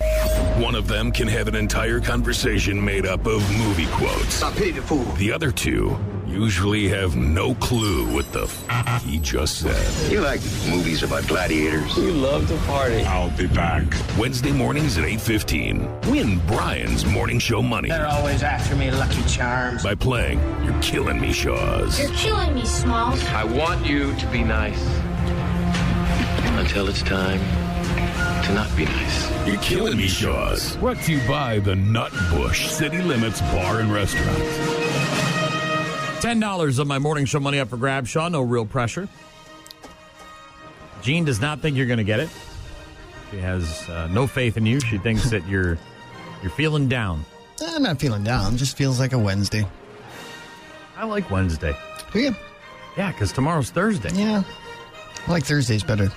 B: One of them can have an entire conversation made up of movie quotes. I paid the fool. The other two usually have no clue what the f- he just said.
O: You like movies about gladiators.
B: You love to party. I'll be back. Wednesday mornings at 8.15. Win Brian's Morning Show Money
Q: always after me, Lucky Charms.
B: by playing You're Killing Me Shaws.
P: You're killing me, Smalls.
O: I want you to be nice until it's time to not be nice.
B: You're Killing Me Shaws. Brought to you by the Nut Bush City Limits Bar and Restaurant.
D: $10 of my morning show money up for grab, Shaw. No real pressure. Jean does not think you're going to get it. She has uh, no faith in you. She thinks that you're you're feeling down.
E: I'm not feeling down. Just feels like a Wednesday.
D: I like Wednesday.
E: Do you?
D: Yeah, because tomorrow's Thursday.
E: Yeah. I like Thursdays better.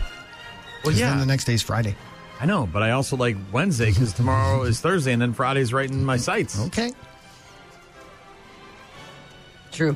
D: Well, yeah.
E: Then the next day's Friday.
D: I know, but I also like Wednesday because tomorrow is Thursday and then Friday's right in my sights.
E: Okay.
F: True.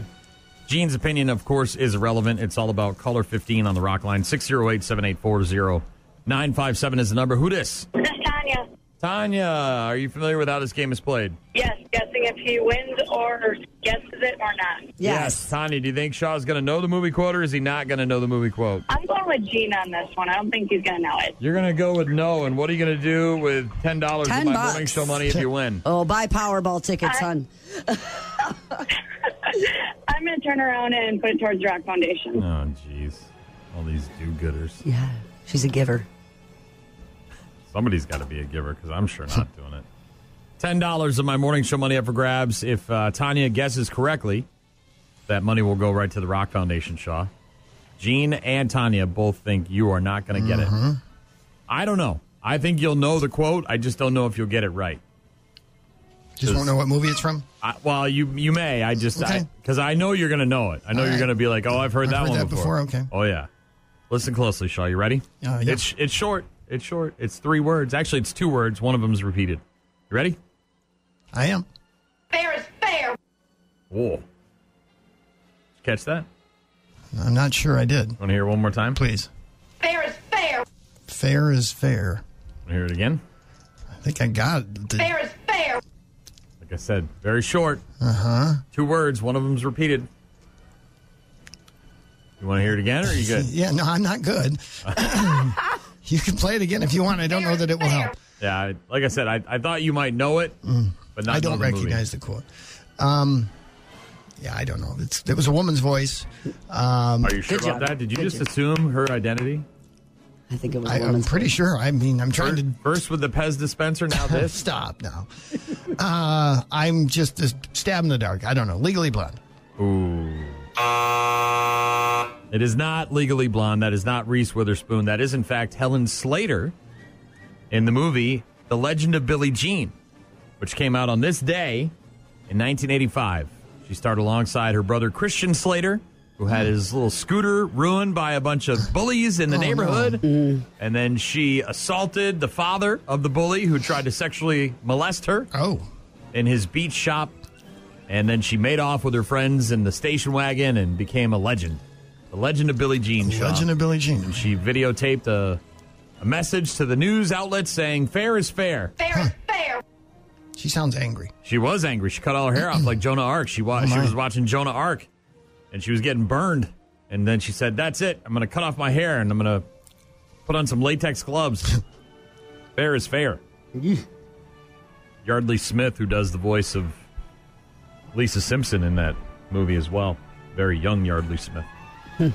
D: Gene's opinion, of course, is irrelevant. It's all about caller 15 on the rock line 608 784 957 is the number. Who dis?
R: This is Tanya.
D: Tanya, are you familiar with how this game is played?
R: Yes, guessing if he wins or guesses it or not.
D: Tanya, do you think Shaw's going to know the movie quote or is he not going to know the movie quote?
R: I'm going with Gene on this one. I don't think he's going to know it.
D: You're going to go with no, and what are you going to do with $10 of
F: Ten
D: my
F: bucks.
D: morning show money if you win?
F: Oh, buy Powerball tickets, hon.
R: I'm going to turn around and put it towards Rock Foundation.
D: Oh, jeez. All these do-gooders.
F: Yeah, she's a giver.
D: Somebody's got to be a giver because I'm sure not doing it. Ten dollars of my morning show money up for grabs. If uh, Tanya guesses correctly, that money will go right to the Rock Foundation. Shaw, Gene, and Tanya both think you are not going to get it. I don't know. I think you'll know the quote. I just don't know if you'll get it right.
E: Just won't know what movie it's from.
D: I, well, you you may. I just
E: Okay.
D: because I, know you're going to know it. I know
E: All
D: you're
E: right.
D: going to be like, oh, I've heard
E: I've
D: that
E: heard
D: one
E: that
D: before.
E: before, okay.
D: Oh yeah. Listen closely, Shaw. You ready?
E: Uh, yeah.
D: It's it's short. It's short. It's three words. Actually, it's two words. One of them's repeated. You ready?
E: I am.
P: Fair is fair.
D: Whoa. Catch that?
E: I'm not sure I did.
D: Want to hear it one more time?
E: Please.
P: Fair is fair.
E: Fair is fair.
D: Hear it again?
E: I think I got it.
P: Fair is fair.
D: Like I said, very short.
E: Uh huh.
D: Two words. One of them's repeated. You want to hear it again, or are you good?
E: Yeah, no, I'm not good. you can play it again if you want. I don't know that it will help.
D: Yeah, I- like I said, I, I thought you might know it, but not
E: Mm. I don't
D: know the movie.
E: recognize the quote. Um, yeah, I don't know. It's, it was a woman's voice. Um,
D: Are you sure about that? Did you just assume her identity?
F: I think it was.
E: I, am pretty sure. I mean, I'm trying
D: First,
E: to
D: first with the Pez dispenser, now this.
E: Stop now. Uh, I'm just a stab in the dark. I don't know. Legally Blonde.
D: Ooh. It is not Legally Blonde. That is not Reese Witherspoon. That is, in fact, Helen Slater in the movie The Legend of Billie Jean, which came out on this day in 1985. She starred alongside her brother Christian Slater, who had his little scooter ruined by a bunch of bullies in the
E: Oh, no.
D: neighborhood. And then she assaulted the father of the bully who tried to sexually molest her.
E: Oh.
D: In his beach shop. And then she made off with her friends in the station wagon and became a legend. The legend of Billie Jean. Shaw.
E: Legend of Billie Jean.
D: And she videotaped a, a message to the news outlet saying, fair is fair.
E: She sounds angry.
D: She was angry. She cut all her hair off like Jonah Ark. She was
E: Oh,
D: she
E: my.
D: was watching Jonah Ark, and she was getting burned. And then she said, "That's it. I'm going to cut off my hair and I'm going to put on some latex gloves. fair is fair." Yardley Smith, who does the voice of Lisa Simpson in that movie as well, very young Yardley Smith.
E: Hmm.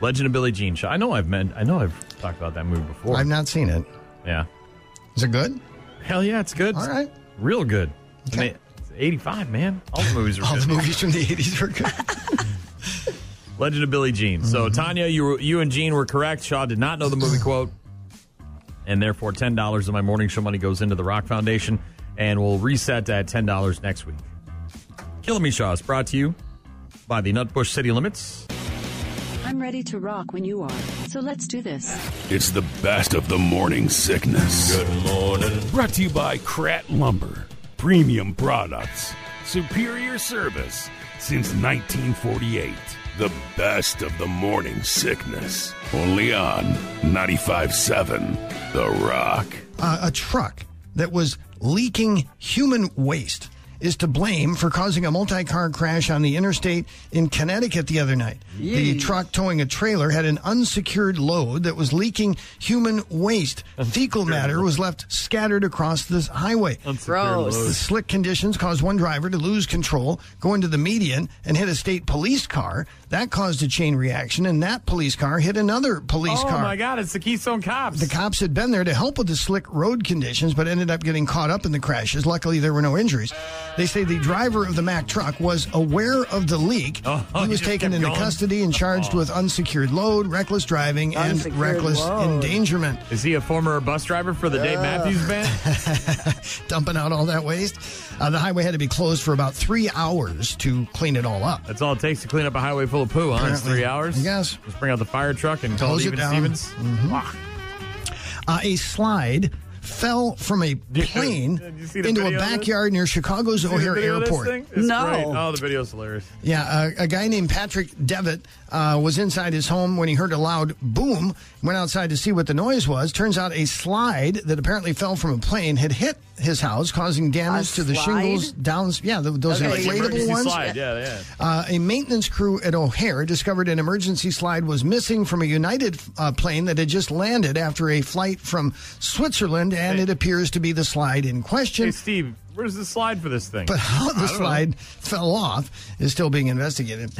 D: Legend of Billie Jean. I know I've meant. I know I've talked about that movie before.
E: I've not seen it.
D: yeah.
E: Is it good?
D: Hell yeah, it's good.
E: All right.
D: Real good. I mean, it's 85, man. All the movies are
E: All
D: good.
E: the movies from the 80s were good.
D: Legend of Billie Jean.
E: Mm-hmm.
D: So, Tanya, you, were, you and Jean were correct. Shaw did not know the movie quote. And therefore, $10 of my morning show money goes into the Rock Foundation and will reset at $10 next week. Killing Me Shaw is brought to you by the Nutbush City Limits.
N: I'm ready to rock when you are. So let's do this.
B: It's the best of the morning sickness. Good morning. Brought to you by Krat Lumber. Premium products. Superior service since 1948. The best of the morning sickness. Only on 95.7 The Rock.
E: Uh, a truck that was leaking human waste is to blame for causing a multi car crash on the interstate in Connecticut the other night. The
A: Yeesh.
E: truck towing a trailer had an unsecured load that was leaking human waste. Fecal matter was left scattered across the highway.
F: Gross. load.
E: The slick conditions caused one driver to lose control, go into the median, and hit a state police car. That caused a chain reaction, and that police car hit another police
D: oh,
E: car.
D: my God. It's the Keystone Cops.
E: The cops had been there to help with the slick road conditions, but ended up getting caught up in the crashes. Luckily, there were no injuries. They say the driver of the Mack truck was aware of the leak.
D: Oh,
E: he
A: he
E: was
A: just
E: taken
A: kept
E: into
A: going?
E: custody and charged with unsecured load, reckless driving, and
D: Unsecured
E: reckless
D: load.
E: endangerment.
D: Is he a former bus driver for the Dave
E: Yeah.
D: Matthews Band?
E: Dumping out all that waste. Uh, the highway had to be closed for about three hours to clean it all up.
D: That's all it takes to clean up a highway full of poo, huh? It's
E: Apparently.
D: three hours.
E: Yes.
D: Just bring out the fire truck and call
E: Close it
D: Even
E: down. Mm-hmm.
D: Stevens.
E: Uh, a slide fell from a plane
D: did you see the
E: into a
D: video of this?
E: backyard near Chicago's
D: See the
E: O'Hare
D: video of this
E: Oh, Airport.
D: thing? It's great. Oh, the video's hilarious.
E: Yeah, uh, a guy named Patrick Devitt uh, was inside his home when he heard a loud boom. Went outside to see what the noise was. Turns out a slide that apparently fell from a plane had hit his house, causing damage
A: A
E: to the
A: slide?
E: shingles down. Yeah, th- those
A: Okay. Like the
E: inflatable
A: emergency
E: ones.
A: slide, yeah, yeah.
E: Uh, a maintenance crew at O'Hare discovered an emergency slide was missing from a United uh, plane that had just landed after a flight from Switzerland, and it appears to be the slide in question.
D: Hey, Steve, where's the slide for this thing?
E: But how
D: I
E: the
D: don't know.
E: slide fell off is still being investigated.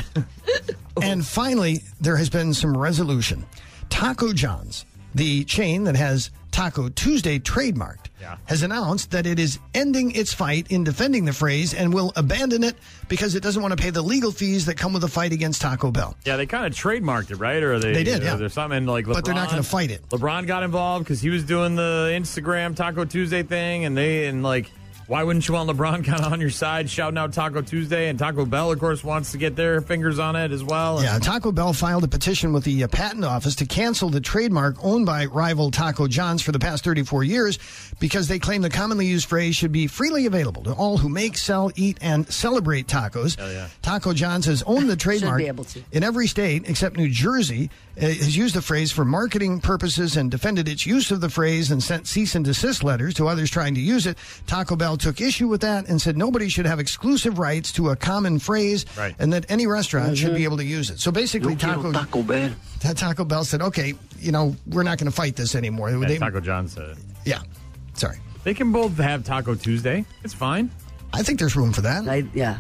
E: and finally, there has been some resolution. Taco John's, the chain that has Taco Tuesday trademarked, has announced that it is ending its fight in defending the phrase and will abandon it because it doesn't want to pay the legal fees that come with a fight against Taco Bell.
D: Yeah, they kind of trademarked it, right? Or they
E: They did,
D: or
E: yeah.
D: There's something like LeBron,
E: But they're not gonna fight it.
D: LeBron got involved because he was doing the Instagram Taco Tuesday thing, and they and like Why wouldn't you want LeBron kind of on your side shouting out Taco Tuesday? And Taco Bell, of course, wants to get their fingers on it as well.
E: Yeah, Taco Bell filed a petition with the uh, patent office to cancel the trademark owned by rival Taco John's for the past 34 years because they claim the commonly used phrase should be freely available to all who make, sell, eat, and celebrate tacos. Taco John's has owned the trademark
F: be able to.
E: in every state except New Jersey, uh, has used the phrase for marketing purposes and defended its use of the phrase and sent cease and desist letters to others trying to use it. Taco Bell took issue with that and said nobody should have exclusive rights to a common phrase
D: Right.
E: and that any restaurant should be able to use it. So basically, Taco, Taco Bell. Taco Bell said, okay, you know, we're not going to fight this anymore.
D: Yeah,
E: They-
D: Taco John said.
E: yeah. Sorry.
D: They can both have Taco Tuesday. It's fine.
E: I think there's room for that.
F: yeah.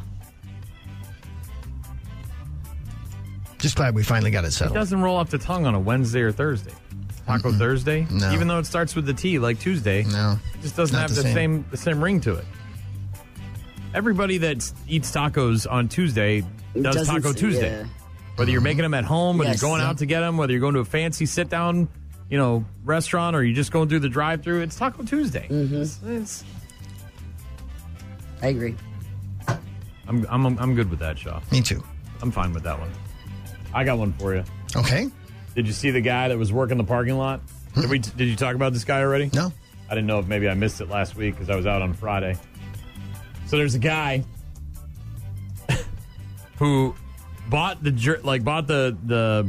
E: Just glad we finally got it
D: It
E: settled.
D: doesn't roll off the tongue on a Wednesday or Thursday. Taco Thursday,
E: No.
D: even though it starts with the T like Tuesday, no, it just doesn't
E: Not
D: have
E: the
D: the same.
E: same.
D: the same ring to it. Everybody that s- eats tacos on Tuesday does
F: doesn't
D: Taco
F: s-
D: Tuesday.
F: yeah.
D: Whether you're making them at home, whether
F: Yes.
D: you're going
F: Yeah.
D: out to get them, whether you're going to a fancy sit down, you know, restaurant, or you're just going through the drive through, it's Taco Tuesday.
F: Mm-hmm.
D: It's- it's-
F: I agree.
D: I'm, I'm I'm good with that, Shaw.
E: Me too.
D: I'm fine with that one. I got one for you.
E: Okay.
D: Did you see the guy that was working the parking lot? Did, we, did you talk about this guy already?
E: No.
D: I didn't know if maybe I missed it last week because I was out on Friday. So there's a guy who bought the jer- like bought the the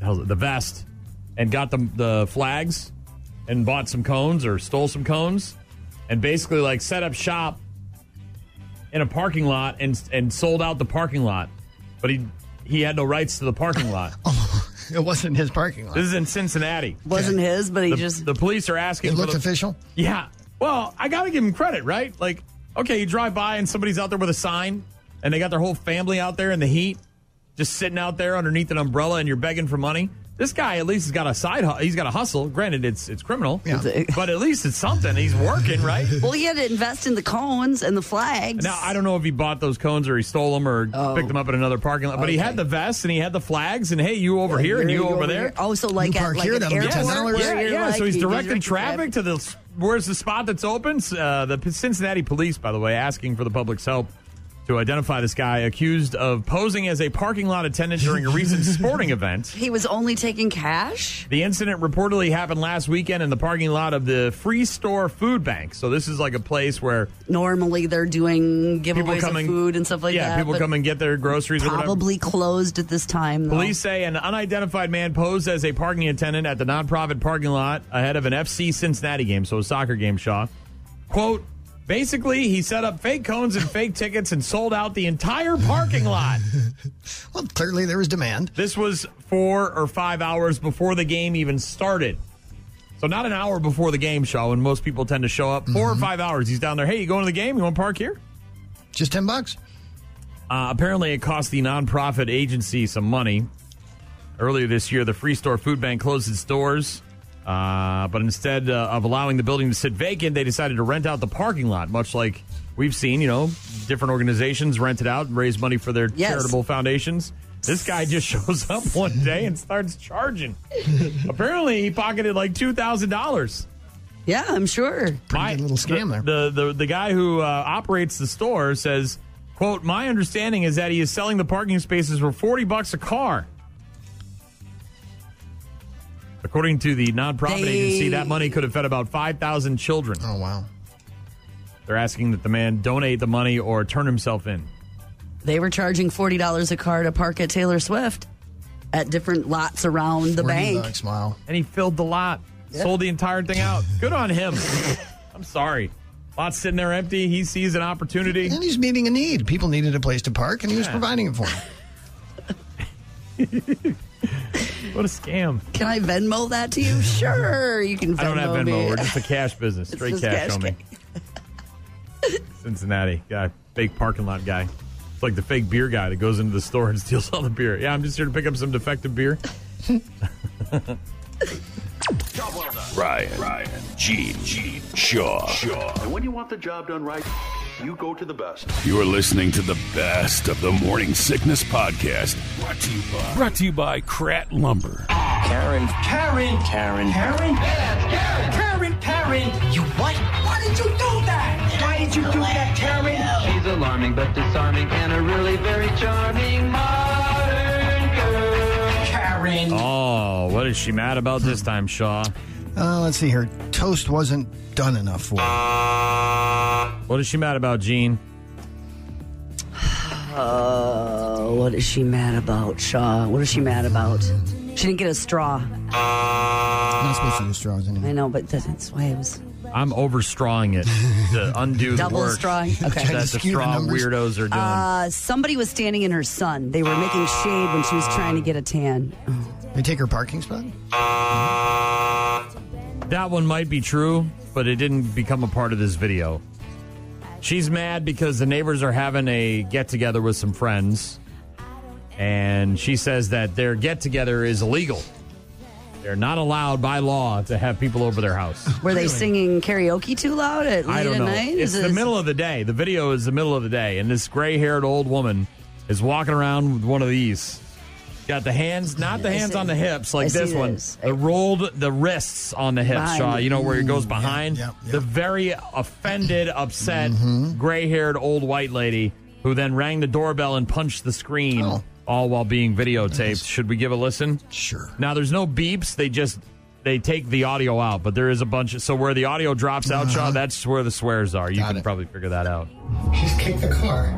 D: the hell is it, the vest and got the the flags and bought some cones or stole some cones and basically like set up shop in a parking lot and and sold out the parking lot, but he he had no rights to the parking lot.
E: It wasn't his parking lot.
D: This is in Cincinnati.
F: Wasn't his, but he
D: the,
F: just
D: the police are asking.
E: It
D: for
E: looked
D: the-
E: official.
D: Yeah. Well, I gotta give him credit, right? Like, okay, you drive by and somebody's out there with a sign, and they got their whole family out there in the heat, just sitting out there underneath an umbrella, and you're begging for money. This guy at least has got a side. Hu- he's got a hustle. Granted, it's it's criminal, but at least it's something. He's working, right?
F: Well, he had to invest in the cones and the flags.
D: Now I don't know if he bought those cones or he stole them or
F: Oh.
D: picked them up at another parking lot, but he had the vests and he had the flags and hey, you over
F: Yeah,
D: here and you
F: you're- you're
D: over
F: over
D: there.
F: here. Oh, so like You at- park like here, an that'll be airport $10.
D: Yeah,
F: where you're
D: yeah.
F: like,
D: so he's
F: you
D: directing
F: direct
D: traffic to the where's the spot that's open? S- Uh, the P- Cincinnati police, by the way, asking for the public's help to identify this guy accused of posing as a parking lot attendant during a recent sporting event.
F: He was only taking cash.
D: The incident reportedly happened last weekend in the parking lot of the Free Store Food Bank. So this is like a place where
F: Normally, they're doing
D: People
F: giveaways
D: come
F: of
D: and-
F: food and stuff like
D: yeah,
F: that.
D: people
F: but
D: come and get their groceries or whatever.
F: probably closed at this time. Though.
D: Police say an unidentified man posed as a parking attendant at the nonprofit parking lot ahead of an FC Cincinnati game, so a soccer game, Shaw. Quote, basically, he set up fake cones and fake tickets and sold out the entire parking lot.
E: well, clearly there was demand.
D: This was four or five hours before the game even started. So not an hour before the game, Shaw, when most people tend to show up. 4 or five hours. He's down there, hey, you going to the game? You want to park here?
E: Just 10 bucks.
D: Uh, apparently, it cost the nonprofit agency some money. Earlier this year, the Free Store Food Bank closed its doors, uh, but instead uh, of allowing the building to sit vacant, they decided to rent out the parking lot, much like we've seen, you know, different organizations rent it out and raise money for their
F: Yes.
D: charitable foundations. This guy just shows up one day and starts charging. Apparently, he pocketed like $2,000.
F: Yeah, I'm sure.
D: My, little
E: scam
D: the, there. The, the the guy who uh, operates the store says, "quote My understanding is that he is selling the parking spaces for forty bucks a car." According to the nonprofit
F: They-
D: agency, that money could have fed about five thousand children.
E: Oh wow!
D: They're asking that the man donate the money or turn himself in.
F: They were charging forty dollars a car to park at Taylor Swift at different lots around the
E: 40
F: bank.
E: bucks, wow.
D: And he filled the lot, sold the entire thing out. Good on him. I'm sorry. Lot's sitting there empty. He sees an opportunity.
E: And he's meeting a need. People needed a place to park, and he was
D: Yeah.
E: providing it for them.
D: What a scam.
F: Can I Venmo that to you? Sure, you can. Venmo
D: I don't have Venmo.
F: me.
D: We're just a cash business.
F: It's
D: Straight
F: just
D: cash,
F: cash
D: homie. Cincinnati guy, fake parking lot guy. It's like the fake beer guy that goes into the store and steals all the beer. Yeah, I'm just here to pick up some defective beer.
B: Ryan, Ryan, G, G, Shaw, Shaw.
S: And when you want the job done right, you go to the best.
B: You're listening to the best of the Morning Sickness Podcast, brought to you by, brought to you by Krat Lumber.
Q: Karen. Karen. Karen. Karen. Karen. Karen. You what? What? did you do that? Why did you do that, Karen?
O: She's alarming but disarming and a really very charming modern girl.
Q: Karen.
D: Oh, what is she mad about this time, Shaw?
E: Uh, let's see here. Toast wasn't done enough for. her.
D: What is she mad about, Gene?
F: Uh, what is she mad about, Shaw? What is she mad about? She didn't get a straw.
E: Not supposed to use straws anymore.
F: I know, but that- that's why it was.
D: I'm overstrawing it to undo
F: Double
D: the work
F: strawing? Okay. Trying
D: that
F: to
D: the
F: skew the
D: straw
F: numbers.
D: weirdos are doing.
F: Uh, somebody was standing in her sun. They were making shade when she was trying to get a tan.
E: They take her parking spot?
D: That one might be true, but it didn't become a part of this video. She's mad because the neighbors are having a get together with some friends, and she says that their get together is illegal. They're not allowed by law to have people over their house.
F: Were they singing karaoke too loud at late
D: I don't
F: at
D: know.
F: night?
D: It's
F: Is
D: the
F: this-
D: middle of the day. The video is the middle of the day, and this gray-haired old woman is walking around with one of these. Got the hands, not the
F: I
D: hands
F: see.
D: on the hips like
F: I see
D: this one.
F: this.
D: The rolled the wrists on the hips,
F: Behind.
D: Shaw. You know where it goes
F: Mm,
D: behind. The very offended, upset, gray-haired old white lady who then rang the doorbell and punched the screen, all while being videotaped. Should we give a listen?
E: Sure.
D: Now there's no beeps. They just they take the audio out, but there is a bunch. Of, so where the audio drops out, Shaw, that's where the swears are. You can probably figure that out.
Q: She's kicked the car.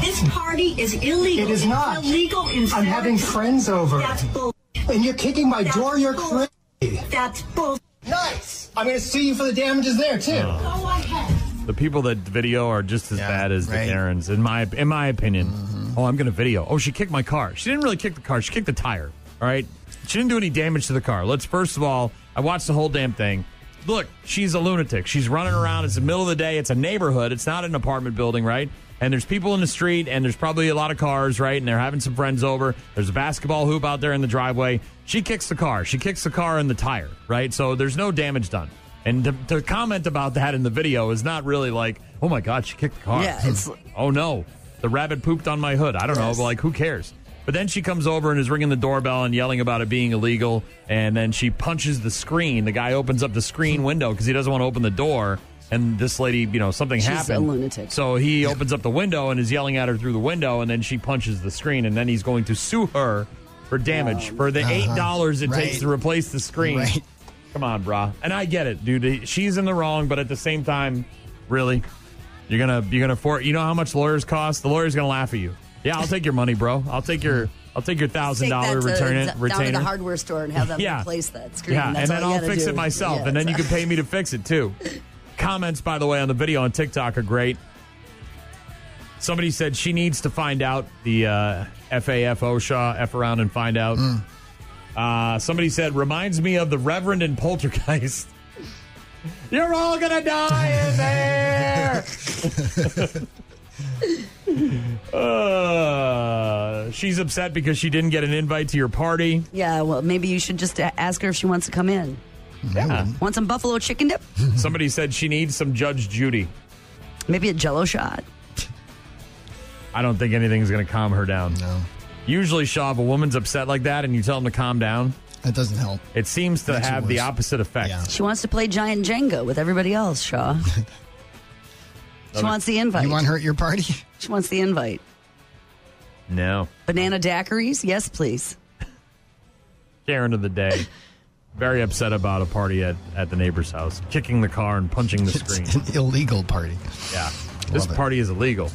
T: This party is illegal.
Q: It is not.
T: Illegal in
Q: I'm having friends over.
T: That's bull.
Q: And you're kicking my
T: That's
Q: door, you're
T: bull.
Q: crazy.
T: That's bull.
Q: Nice. I'm going to sue you for the damages there, too.
E: Oh.
T: Go ahead.
D: The people that video are just as bad as the Karens, in my in my opinion. Oh, I'm going to video. Oh, she kicked my car. She didn't really kick the car. She kicked the tire. All right. She didn't do any damage to the car. Let's first of all, I watched the whole damn thing. Look, she's a lunatic. She's running around. It's the middle of the day. It's a neighborhood. It's not an apartment building, right? And there's people in the street, and there's probably a lot of cars, right? And they're having some friends over. There's a basketball hoop out there in the driveway. She kicks the car. She kicks the car and the tire, right? So there's no damage done. And to, to comment about that in the video is not really like, oh my God, she kicked the car.
F: Yeah, it's-
D: oh no, the rabbit pooped on my hood. I don't
F: Yes.
D: know, like who cares? But then she comes over and is ringing the doorbell and yelling about it being illegal. And then she punches the screen. The guy opens up the screen window because he doesn't want to open the door. And this lady, you know, something
F: She's a
D: happened.
F: lunatic.
D: So he opens up the window and is yelling at her through the window. And then she punches the screen. And then he's going to sue her for damage
F: Oh,
D: for the
E: Uh-huh.
D: eight dollars it takes
E: Right.
D: to replace the screen.
E: Right.
D: Come on, brah. And I get it, dude. She's in the wrong, but at the same time, really, you're gonna you're gonna for you know how much lawyers cost. The lawyer's gonna laugh at you. Yeah, I'll take your money, bro. I'll take your I'll take your thousand
F: Take that
D: dollar
F: to-
D: return
F: down to
D: retainer.
F: the hardware store and have them
D: Yeah.
F: replace that screen.
D: yeah, and
F: That's
D: then
F: all you
D: I'll
F: gotta
D: fix
F: do.
D: it myself,
F: Yeah,
D: and then you
F: that's
D: can pay me to fix it too. Comments, by the way, on the video on TikTok are great. Somebody said she needs to find out the uh, FAFO Shaw F around and find out.
F: Hmm.
D: Uh, somebody said reminds me of the Reverend and Poltergeist. You're all gonna die in there. Uh, she's upset because she didn't get an invite to your party.
F: Yeah, well, maybe you should just a- ask her if she wants to come in.
D: Yeah.
F: Want some buffalo chicken dip?
D: Somebody said she needs some Judge Judy.
F: Maybe a jello shot?
D: I don't think anything's going to calm her down. No. Usually, Shaw, if a woman's upset like that and you tell them to calm down,
E: That doesn't help.
D: it seems to
E: Makes it
D: have the
E: worse.
D: opposite effect.
F: She wants to play giant Jenga with everybody else, Shaw. she wants the invite.
E: You want her at your party?
F: She wants the invite.
D: No.
F: Banana daiquiris? Yes, please.
D: Karen of the day. Very upset about a party at, at the neighbor's house, kicking the car and punching the screen.
E: An illegal party.
D: Yeah. This party is illegal.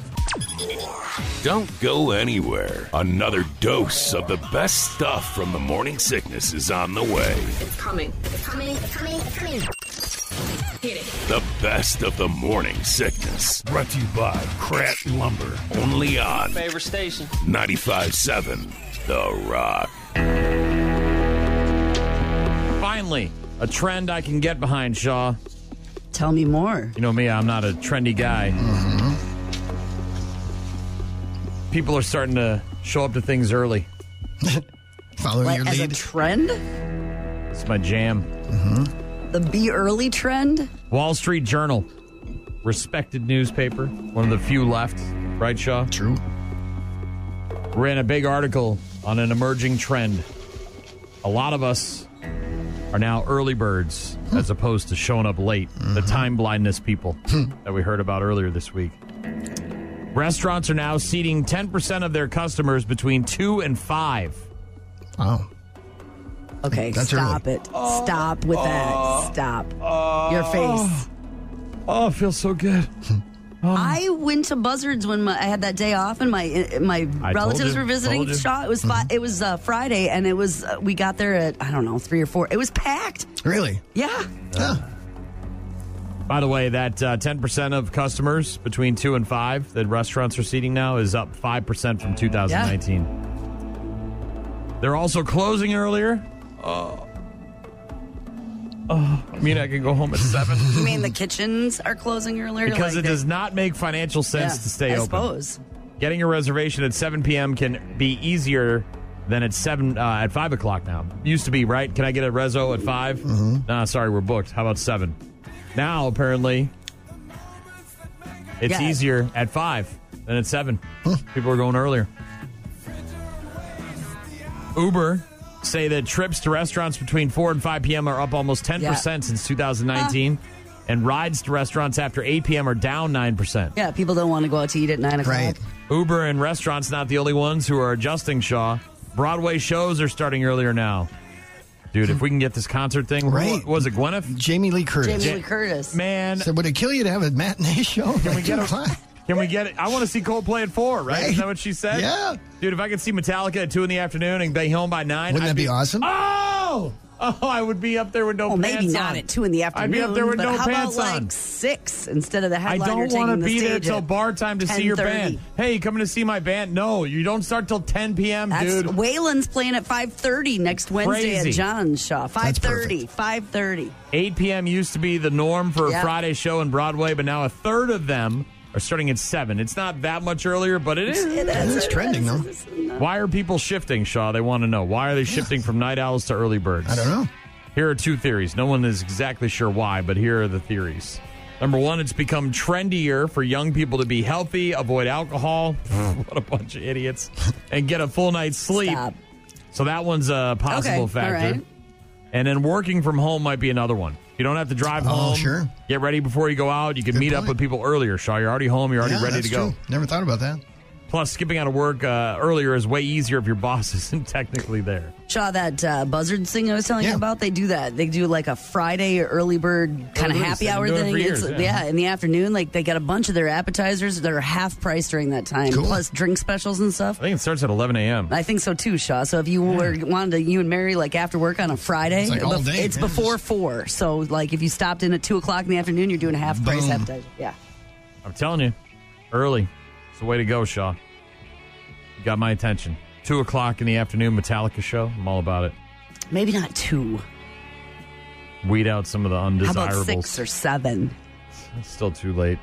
B: Don't go anywhere. Another dose of the best stuff from the morning sickness is on the way.
U: It's coming. It's coming. It's coming. It's coming. Hit it.
B: The best of the morning sickness. Brought to you by Krat Lumber. Only on
I: Favorite station.
B: 95.7 The Rock.
D: Finally, a trend I can get behind, Shaw.
F: Tell me more.
D: You know me, I'm not a trendy guy.
E: Mm-hmm.
D: People are starting to show up to things early.
E: Following
F: What, as a trend?
D: It's my jam.
F: The be early trend?
D: Wall Street Journal, respected newspaper, one of the few left, right, Shaw?
E: True.
D: Ran a big article on an emerging trend. A lot of us are now early birds as opposed to showing up late. The time blindness people that we heard about earlier this week. Restaurants are now seating 10% of their customers between 2 and 5.
E: Oh.
F: Okay,
E: That's
F: stop it. Stop with that. Stop. Your face.
D: Oh, it feels so good.
F: I went to Buzzards when my, I had that day off, and my my
D: told
F: relatives
D: you,
F: were visiting.
D: told you. Mm-hmm.
F: Shaw, it was fi- it was uh, Friday, and it was uh, we got there at I don't know three or four. It was packed.
E: Really?
F: Yeah.
D: By the way, that uh, 10% of customers between 2 and 5 that restaurants are seating now is up 5% from 2019. They're also closing earlier.
F: Uh.
D: Oh. Oh, I mean, I can go home at 7.
F: You mean the kitchens are closing earlier?
D: because
F: Like
D: it
F: they-
D: does not make financial sense
F: Yeah,
D: to stay
F: I
D: open.
F: suppose.
D: Getting a reservation at 7 p.m. can be easier than at 7 uh, at 5 o'clock now. Used to be, right? Can I get a rezzo at 5?
E: Mhm.
D: Nah, sorry, we're booked. How about 7? Now, apparently, it's
F: Yeah.
D: easier at 5 than at 7. People are going earlier. Uber say that trips to restaurants between 4 and 5 p.m. are up almost 10% since 2019. And rides to restaurants after 8 p.m. are down 9%.
F: Yeah, people don't want to go out to eat at nine o'clock.
D: Uber and restaurants not the only ones who are adjusting, Shaw. Broadway shows are starting earlier now. Dude, if we can get this concert thing, who
E: Right.
D: was it Gwyneth?
E: Jamie Lee Curtis.
F: Jamie Lee Curtis.
D: Man.
E: So would it kill you to have a matinee show?
D: Can we get it? Can we get it? I want to see Coldplay at four, right? Is that what she said?
E: Yeah.
D: Dude, if I could see Metallica at two in the afternoon and be home by nine,
E: Wouldn't
D: I'd
E: that be awesome?
D: Oh, oh, I would be up there with no
F: Well,
D: pants
F: maybe not
D: on.
F: at two in the afternoon.
D: I'd be up there with
F: but
D: no
F: how
D: pants
F: about
D: on.
F: like six instead of the
D: I
F: headliner
D: don't
F: want to
D: be there till bar time to see your band. Hey, you coming to see my band? No, you don't start till 10 p.m.,
F: That's
D: dude.
F: Waylon's playing at five thirty next Wednesday
D: Crazy.
F: at John's Shaw. Five
D: That's
F: thirty.
D: perfect.
F: Five thirty.
D: 8 p.m. used to be the norm for
F: Yeah.
D: a Friday show in Broadway, but now a third of them are starting at 7. It's not that much earlier, but it is.
E: It's trending though.
D: Why are people shifting, Shaw? They want to know. Why are they shifting from night owls to early birds? I
E: don't know.
D: Here are two theories. No one is exactly sure why, but here are the theories. Number one, it's become trendier for young people to be healthy, avoid alcohol, what a bunch of idiots, and get a full night's sleep. So that one's a possible
F: Okay, all
D: factor.
F: right.
D: And then working from home might be another one. You don't have to drive
E: Oh,
D: home.
E: sure.
D: Get ready before you go out. You can meet up with people earlier, Shaw. You're already home. You're already
E: Yeah,
D: ready
E: that's
D: to go.
E: true. Never thought about that.
D: Plus, skipping out of work uh, earlier is way easier if your boss isn't technically there.
F: Shaw, that uh, buzzard thing I was telling you about, they do that. They do like a Friday early bird kind of
D: birds,
F: happy
D: they've been
F: hour
D: doing it
F: thing.
D: for
F: It's-
D: years, yeah.
F: yeah. in the afternoon, like they got a bunch of their appetizers that are half price during that time, plus drink specials and stuff.
D: I think it starts at 11 a.m.
F: I think so too, Shaw. So if you were wanted to, you and Mary like after work on a Friday,
D: It's like all day,
F: it's
D: man.
F: before four. So like if you stopped in at two o'clock in the afternoon, you're doing a half price
D: Boom.
F: appetizer. Yeah.
D: I'm telling you, early. It's the way to go, Shaw. You got my attention. Two o'clock in the afternoon, Metallica show. I'm all about it.
F: Maybe not two.
D: Weed out some of the
F: How about
D: undesirables.
F: six or seven?
D: It's still too late.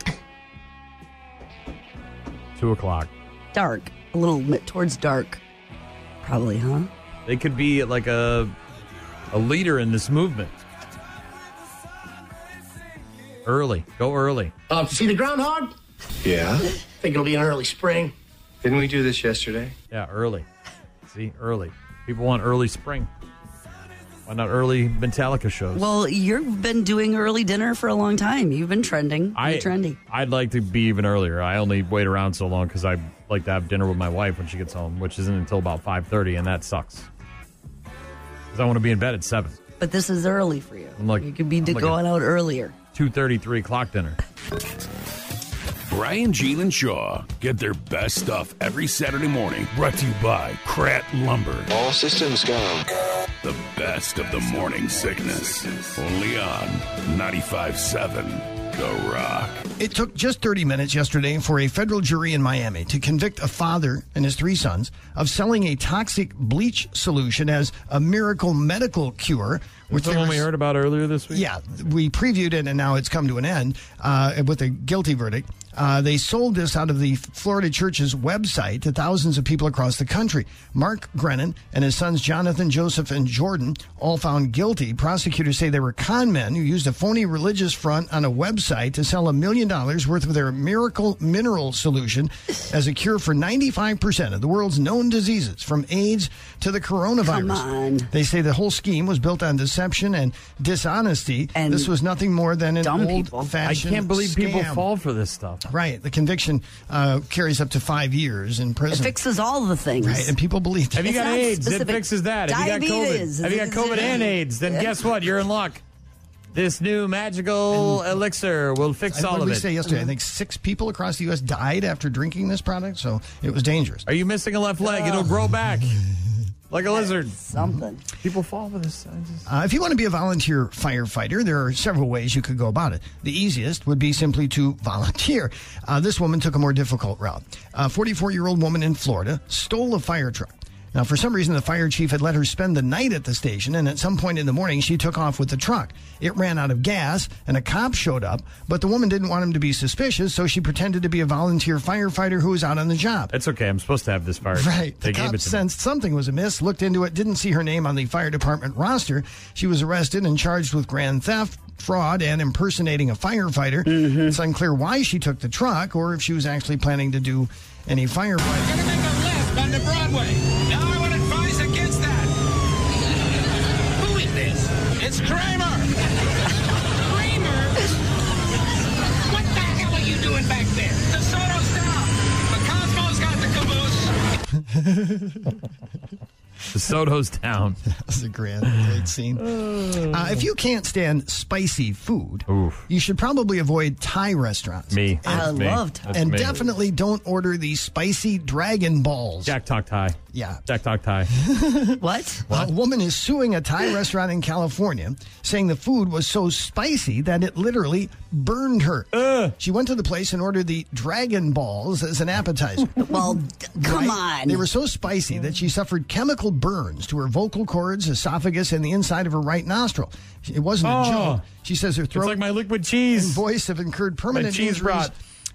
D: Two o'clock.
F: Dark, a little bit towards dark, probably, huh?
D: They could be like a a leader in this movement. Early. Go early.
Q: Uh, see the groundhog?
D: Yeah.
Q: Think it'll be an early spring.
O: Didn't we do this yesterday?
D: Yeah, early. See, early. People want early spring. Why not early Metallica shows?
F: Well, you've been doing early dinner for a long time. You've been trending.
D: I
F: You're trendy.
D: I'd like to be even earlier. I only wait around so long because I like to have dinner with my wife when she gets home, which isn't until about five thirty, and that sucks. Because I want to be in bed at seven.
F: But this is early for you.
D: I'm like
F: You could be
D: I'm
F: d-
D: like
F: going
D: a
F: out earlier.
D: Two thirty, three o'clock dinner.
B: Brian, Gene, and Shaw get their best stuff every Saturday morning. Brought to you by Krat Lumber. All systems go. The best of the morning sickness. Only on 95.7 The Rock.
E: It took just 30 minutes yesterday for a federal jury in Miami to convict a father and his three sons of selling a toxic bleach solution as a miracle medical cure.
D: Which the
E: they
D: one
E: were-
D: we heard about earlier this week?
E: Yeah, we previewed it and now it's come to an end uh, with a guilty verdict. Uh, they sold this out of the Florida Church's website to thousands of people across the country. Mark Grennan and his sons Jonathan, Joseph, and Jordan all found guilty. Prosecutors say they were con men who used a phony religious front on a website to sell a million dollars worth of their miracle mineral solution as a cure for 95% of the world's known diseases, from AIDS to the coronavirus.
F: Come on.
E: They say the whole scheme was built on deception and dishonesty.
F: And
E: this was nothing more than an
F: dumb
E: old
F: people.
D: I
E: fashioned.
D: can't believe people
E: scam.
D: fall for this stuff.
E: Right. The conviction uh, carries up to five years in
F: It
E: prison.
F: fixes all the things.
E: Right. And people believe that.
D: If you
F: It's
D: got
F: not
D: AIDS,
F: specific.
D: it fixes that. If you got
F: Diabetes.
D: COVID, if you got COVID and AIDS, then guess what? You're in luck. This new magical elixir will fix
E: I,
D: all
E: what
D: of
E: did we
D: it.
E: say yesterday? I think six people across the U.S. died after drinking this product, so it was dangerous.
D: Are you missing a left leg? It'll grow back like a lizard.
F: Something.
D: People fall for this. I just-
E: Uh, if you want to be a volunteer firefighter, there are several ways you could go about it. The easiest would be simply to volunteer. Uh, this woman took a more difficult route. A 44 year old woman in Florida stole a fire truck. Now, for some reason, the fire chief had let her spend the night at the station, and at some point in the morning, she took off with the truck. It ran out of gas, and a cop showed up, but the woman didn't want him to be suspicious, so she pretended to be a volunteer firefighter who was out on the job.
D: It's okay. I'm supposed to have this fire.
E: Right.
D: They
E: the
D: gave
E: cops
D: it to me.
E: sensed something was amiss, looked into it, didn't see her name on the fire department roster. She was arrested and charged with grand theft, fraud, and impersonating a firefighter. It's unclear why she took the truck or if she was actually planning to do any firefighting.
G: Gonna make a left onto Broadway. Now I would advise against that. Who is this? It's Kramer. Kramer? What the hell are you doing back there? The Soto South. The Cosmos got the caboose.
D: The Soto's down.
E: That's a grand great scene. Uh, if you can't stand spicy food, you should probably avoid Thai restaurants.
D: Me. That's
E: And-
D: me. That's
E: and
D: me.
E: definitely don't order the spicy dragon balls.
D: Jack Talk Thai.
E: Yeah.
D: Jack Talk Thai.
F: What?
E: A woman is suing a Thai restaurant in California, saying the food was so spicy that it literally burned her.
D: Uh.
E: She went to the place and ordered the dragon balls as an appetizer.
F: Well, d- come
E: Right?
F: on.
E: They were so spicy that she suffered chemical burns to her vocal cords, esophagus, and the inside of her right nostril. It wasn't a
D: Oh.
E: joke. She says her throat
D: It's like my liquid
E: and
D: cheese.
E: voice have incurred permanent
D: cheese
E: injuries.
D: rot.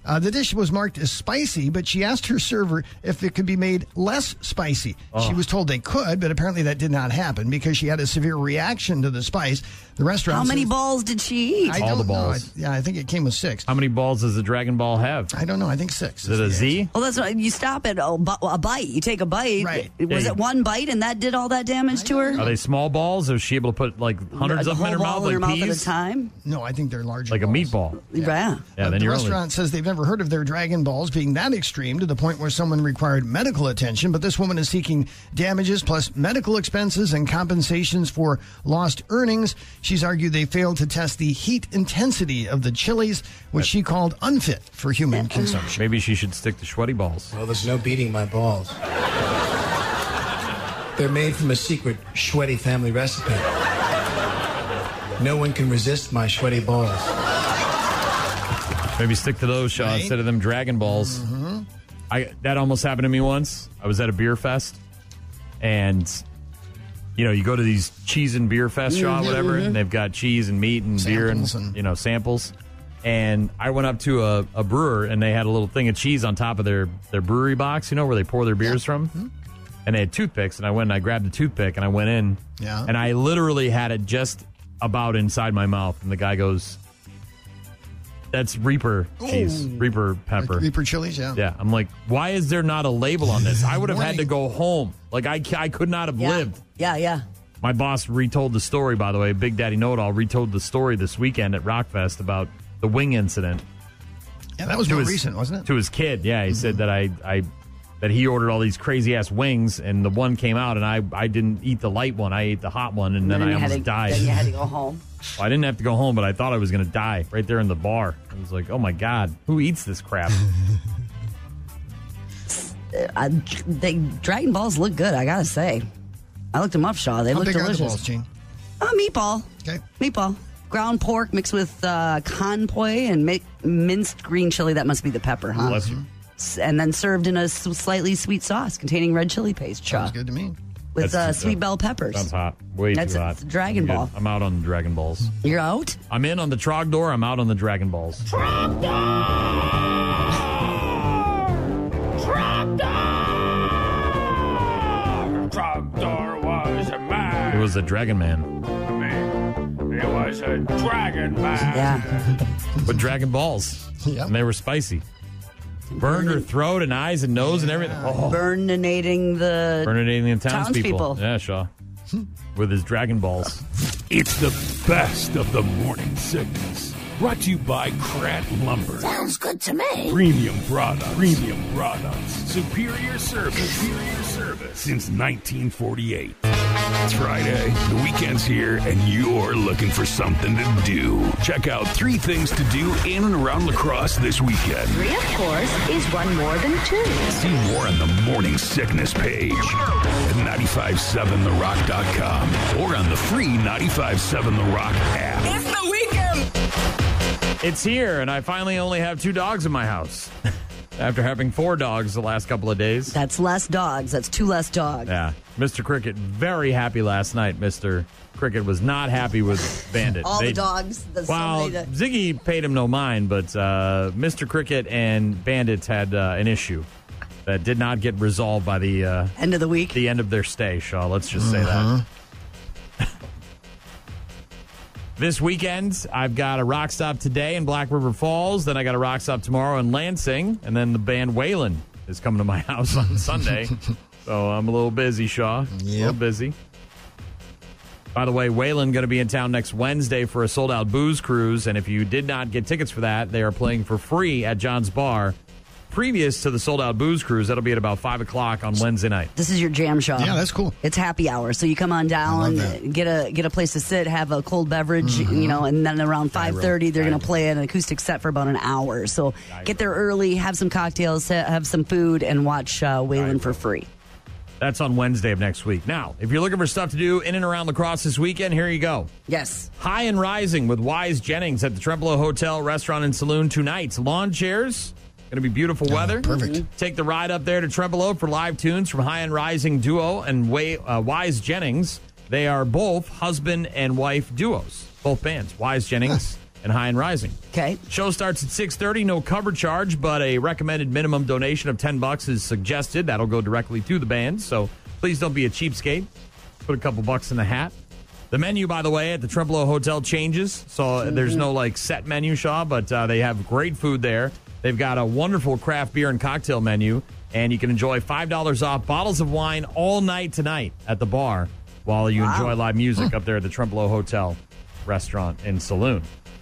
E: Uh, the dish was marked as spicy, but she asked her server if it could be made less spicy.
D: Oh.
E: She was told they could, but apparently that did not happen because she had a severe reaction to the spice. The restaurant.
F: How many
E: says-
F: balls did she eat?
E: I
D: All
E: don't
D: the
E: know.
D: balls.
E: I- yeah, I think it came with six.
D: How many balls does the Dragon Ball have?
E: I don't know. I think six.
D: Is it a Z?
F: Well, that's right. You stop at a, bu- a bite. You take a bite.
E: Right.
F: Was
D: Yeah,
F: it
D: you-
F: one bite and that did all that damage to her?
D: Are they small balls? Or is she able to put like hundreds
F: a
D: of
F: whole
D: them in her
F: ball
D: mouth,
F: in
D: like
F: her mouth at a
D: peas?
F: time?
E: No, I think they're larger.
D: Like a
E: balls.
D: meatball.
F: Yeah.
D: Yeah,
E: Uh,
D: then
E: the
D: you're
E: restaurant
D: only.
E: says they've never heard of their dragon balls being that extreme to the point where someone required medical attention. But this woman is seeking damages plus medical expenses and compensations for lost earnings. She's argued they failed to test the heat intensity of the chilies, which she called unfit for human consumption.
D: Maybe she should stick to sweaty balls.
Q: Well, there's no beating my balls. They're made from a secret Schwetty family recipe. No one can resist my Schwetty balls.
D: Maybe stick to those, Shaw,
E: Right. Mm-hmm.
D: instead of them Dragon Balls. I that almost happened to me once. I was at a beer fest, and you know, you go to these cheese and beer fest, Shaw, whatever, and they've got cheese and meat and beer and,
E: Mm-hmm, Samples and-
D: you know samples. And I went up to a, a brewer, and they had a little thing of cheese on top of their their brewery box, you know, where they pour their beers from.
E: Mm-hmm.
D: And they had toothpicks, and I went and I grabbed the toothpick and I went in,
E: Yeah.
D: and I literally had it just about inside my mouth. And the guy goes, that's Reaper cheese, Reaper pepper.
E: Reaper chilies, yeah.
D: Yeah, I'm like, why is there not a label on this? I would have had to go home. Like, I, ca- I could not have
F: Yeah.
D: lived.
F: Yeah, yeah.
D: My boss retold the story, by the way. Big Daddy Know It All retold the story this weekend at Rockfest about the wing incident.
E: Yeah, that was
D: To
E: more
D: his-
E: recent, wasn't it?
D: To his kid, yeah. He said that I,
F: Mm-hmm.
D: I that he ordered all these crazy ass wings, and the one came out, and I, I didn't eat the light one. I ate the hot one, and then, I
F: you had
D: almost
F: to-
D: died.
F: Then you had to go home.
D: Well, I didn't have to go home, but I thought I was going to die right there in the bar. I was like, oh my God, who eats this crap?
F: I, they, Dragon Balls look good, I gotta say. I looked them up, Shaw. They
E: How
F: look
E: big are
F: delicious.
E: the balls, Gene?
F: Oh, meatball.
E: Okay.
F: Meatball. Ground pork mixed with uh, conpoy and mi- minced green chili. That must be the pepper, huh?
D: Bless you.
F: S- And then served in a s- slightly sweet sauce containing red chili paste, Shaw.
E: Sounds good to me.
F: With uh,
D: That's-
F: sweet bell peppers.
D: Sounds hot. Way
F: That's-
D: too hot.
F: it's Dragon
D: I'm good.
F: Ball.
D: I'm out on the Dragon Balls.
F: You're out?
D: I'm in on the Trogdor. I'm out on the Dragon Balls. was a Dragon Man.
H: It was a dragon man.
D: With Dragon Balls. And they were spicy. Burned her throat and eyes and nose and everything. Oh.
F: Burninating the
D: Bernadine the townspeople.
F: townspeople.
D: Yeah, Shaw. With his Dragon Balls.
B: It's the best of the morning sickness. Brought to you by Krat Lumber.
U: Sounds good to me.
B: Premium products. Premium products. Superior service. Superior service. Since 1948. It's Friday. The weekend's here, and you're looking for something to do. Check out three things to do in and around lacrosse this weekend.
U: Three, of course, is one more than two.
B: See more on the Morning Sickness page at 957therock.com or on the free 957 The Rock app.
H: It's the weekend.
D: It's here, and I finally only have two dogs in my house. After having four dogs the last couple of days.
F: That's less dogs. That's two less dogs.
D: Yeah. Mr. Cricket, very happy last night. Mr. Cricket was not happy with Bandit.
F: All the dogs. The
D: Well,
F: somebody that-
D: Ziggy paid him no mind, but uh, Mr. Cricket and Bandits had uh, an issue that did not get resolved by the uh,
F: end of the week.
D: The end of their stay, Shaw. Let's just say that. this weekend, I've got a rock stop today in Black River Falls. Then I got a rock stop tomorrow in Lansing, and then the band Waylon is coming to my house on Sunday. so I'm a little busy, Shaw. A little busy. By the way, Waylon going to be in town next Wednesday for a sold out booze cruise. And if you did not get tickets for that, they are playing for free at John's Bar. Previous to the sold out booze cruise, that'll be at about 5 o'clock on Wednesday night.
F: This is your jam shop.
D: Yeah, that's
E: cool.
F: It's happy hour, so you come on down, get a get a place to sit, have a cold beverage,
D: Mm-hmm.
F: you know, and then around five thirty they're going to play an acoustic set for about an hour. So get there early, have some cocktails, ha- have some food, and watch uh, Waylon for free.
D: That's on Wednesday of next week. Now, if you're looking for stuff to do in and around lacrosse this weekend, here you go.
F: Yes.
D: High and Rising with Wise Jennings at the Trempolo Hotel Restaurant and Saloon tonight. Lawn chairs. Going to be beautiful weather. perfect. Take the ride up there to Trempolo for live tunes from High and Rising Duo and Way, uh, Wise Jennings. They are both husband and wife duos. Both bands, Wise Jennings and High and Rising.
F: Okay.
D: Show starts at 6:30, no cover charge, but a recommended minimum donation of 10 bucks is suggested. That'll go directly to the band, so please don't be a cheapskate. Put a couple bucks in the hat. The menu, by the way, at the Trempolo Hotel changes, so there's no like set menu, Shaw, but uh, they have great food there. They've got a wonderful craft beer and cocktail menu, and you can enjoy $5 off bottles of wine all night tonight at the bar while you
V: Wow.
D: enjoy live music up there at the Trempolo Hotel restaurant and saloon.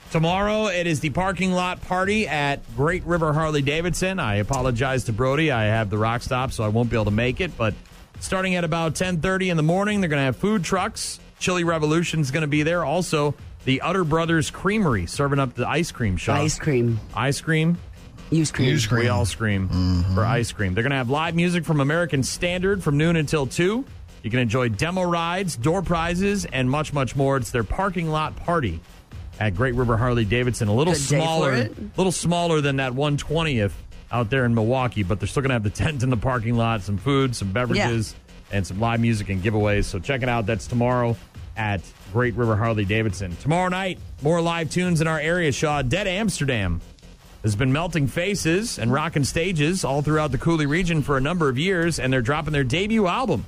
D: Tomorrow, it is the parking lot party at Great River Harley Davidson. I apologize to Brody. I have the rock stop, so I won't be able to make it. But starting at about 10.30 in the morning, they're going to have food trucks. Chili Revolution's going to be there. Also, the Utter Brothers Creamery serving up the ice cream shop.
F: Ice cream.
D: Ice cream.
F: You scream.
E: You scream. Mm-hmm.
D: We all scream for ice cream. They're going to have live music from American Standard from noon until 2. You can enjoy demo rides, door prizes, and much, much more. It's their parking lot party at Great River Harley Davidson. A little
F: Good day for
D: smaller,
F: it.
D: little smaller than that 120th out there in Milwaukee, but they're still going to have the tent in the parking lot, some food, some beverages, and some live music and giveaways. So check it out. That's tomorrow at Great River Harley Davidson. Tomorrow night, more live tunes in our area. Shaw Dead Amsterdam has been melting faces and rocking stages all throughout the Cooley region for a number of years, and they're dropping their debut album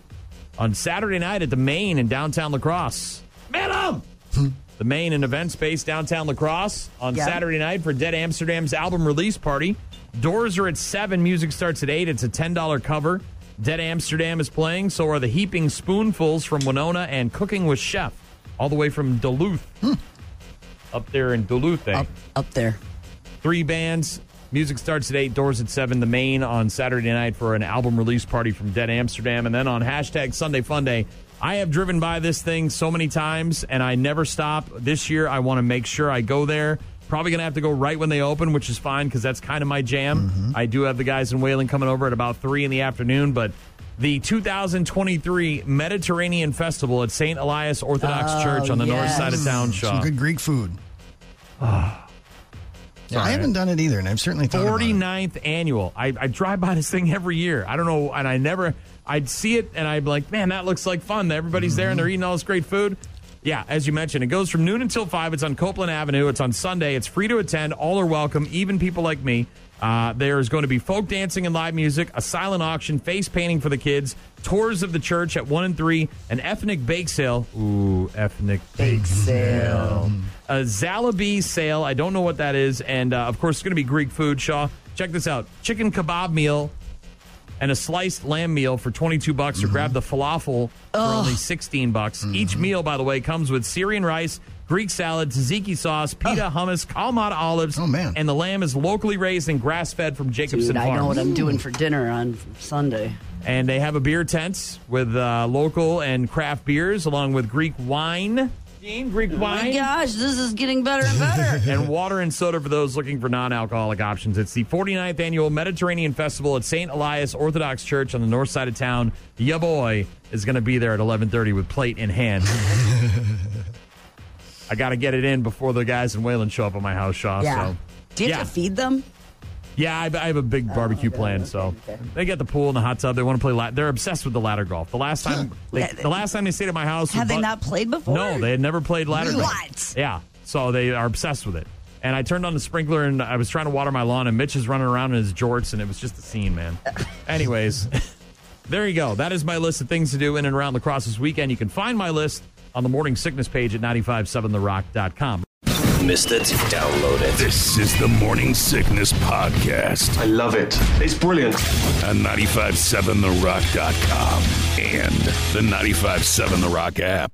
D: on Saturday night at the Main in downtown Lacrosse. Man up! the Main and event space downtown Lacrosse on
F: Yeah.
D: Saturday night for Dead Amsterdam's album release party. Doors are at seven. Music starts at eight. It's a ten dollar cover. Dead Amsterdam is playing. So are the Heaping Spoonfuls from Winona and Cooking with Chef, all the way from Duluth, up there in Duluth. eh? Up,
F: up there.
D: Three bands. Music starts at eight. Doors at seven. The Main on Saturday night for an album release party from Dead Amsterdam, and then on hashtag Sunday Fun Day. I have driven by this thing so many times and I never stop. This year, I want to make sure I go there. Probably going to have to go right when they open, which is fine because that's kind of my jam.
E: Mm-hmm.
D: I do have the guys in Whalen coming over at about 3 in the afternoon, but the 2023 Mediterranean Festival at St. Elias Orthodox
E: Oh,
D: Church on the north
E: yes.
D: side of town, Shaw.
E: Some good Greek food. Yeah, I
D: Sorry.
E: haven't done it either, and I've certainly thought about it.
D: 49th annual. I, I drive by this thing every year. I don't know, and I never, I'd see it and I'd be like, man, that looks like fun. Everybody's there and
E: Mm-hmm.
D: they're eating all this great food. Yeah, as you mentioned, it goes from noon until 5. It's on Copeland Avenue. It's on Sunday. It's free to attend. All are welcome, even people like me. Uh, there is going to be folk dancing and live music, a silent auction, face painting for the kids, tours of the church at 1 and 3, an ethnic bake sale. Ooh, ethnic bake sale. A Zalabi sale. I don't know what that is. And, uh, of course, it's going to be Greek food, Shaw. Check this out chicken kebab meal and a sliced lamb meal for 22 bucks
F: Mm-hmm.
D: or grab the falafel for only 16 bucks. Each meal, by the way, comes with Syrian rice, Greek salad, tzatziki sauce, pita, hummus, kalmata olives. Oh, man. And the lamb is locally raised and grass fed from Jacobson
F: Dude, I
D: Farms.
F: know what I'm doing for dinner on Sunday.
D: And they have a beer tent with uh, local and craft beers along with Greek wine. Dean, Greek
F: Oh My
D: wine.
F: gosh, this is getting better and better.
D: and water and soda for those looking for non-alcoholic options. It's the 49th annual Mediterranean Festival at St. Elias Orthodox Church on the north side of town. Ya boy is going to be there at 11:30 with plate in hand. I got to get it in before the guys in Wayland show up at my house, Shaw.
F: yeah.
D: So.
F: Do you have
D: Yeah.
F: to feed them?
D: Yeah, I, I have a big
F: Oh,
D: barbecue plan. So they got the pool and the hot tub. They want to play. La- they're obsessed with the ladder golf. The last time, they, the last time they stayed at my house, we
F: Have they
D: bought-
F: not played before?
D: No, they had never played ladder golf.
F: What?
D: Yeah, so they are obsessed with it. And I turned on the sprinkler and I was trying to water my lawn, and Mitch is running around in his jorts, and it was just a scene, man. Anyways, there you go. That is my list of things to do in and around lacrosse this weekend. You can find my list on the morning sickness page at 957therock.com.
B: Missed it? Download it. This is the Morning Sickness Podcast. I love it. It's brilliant. On 957therock.com and the 957 The Rock app.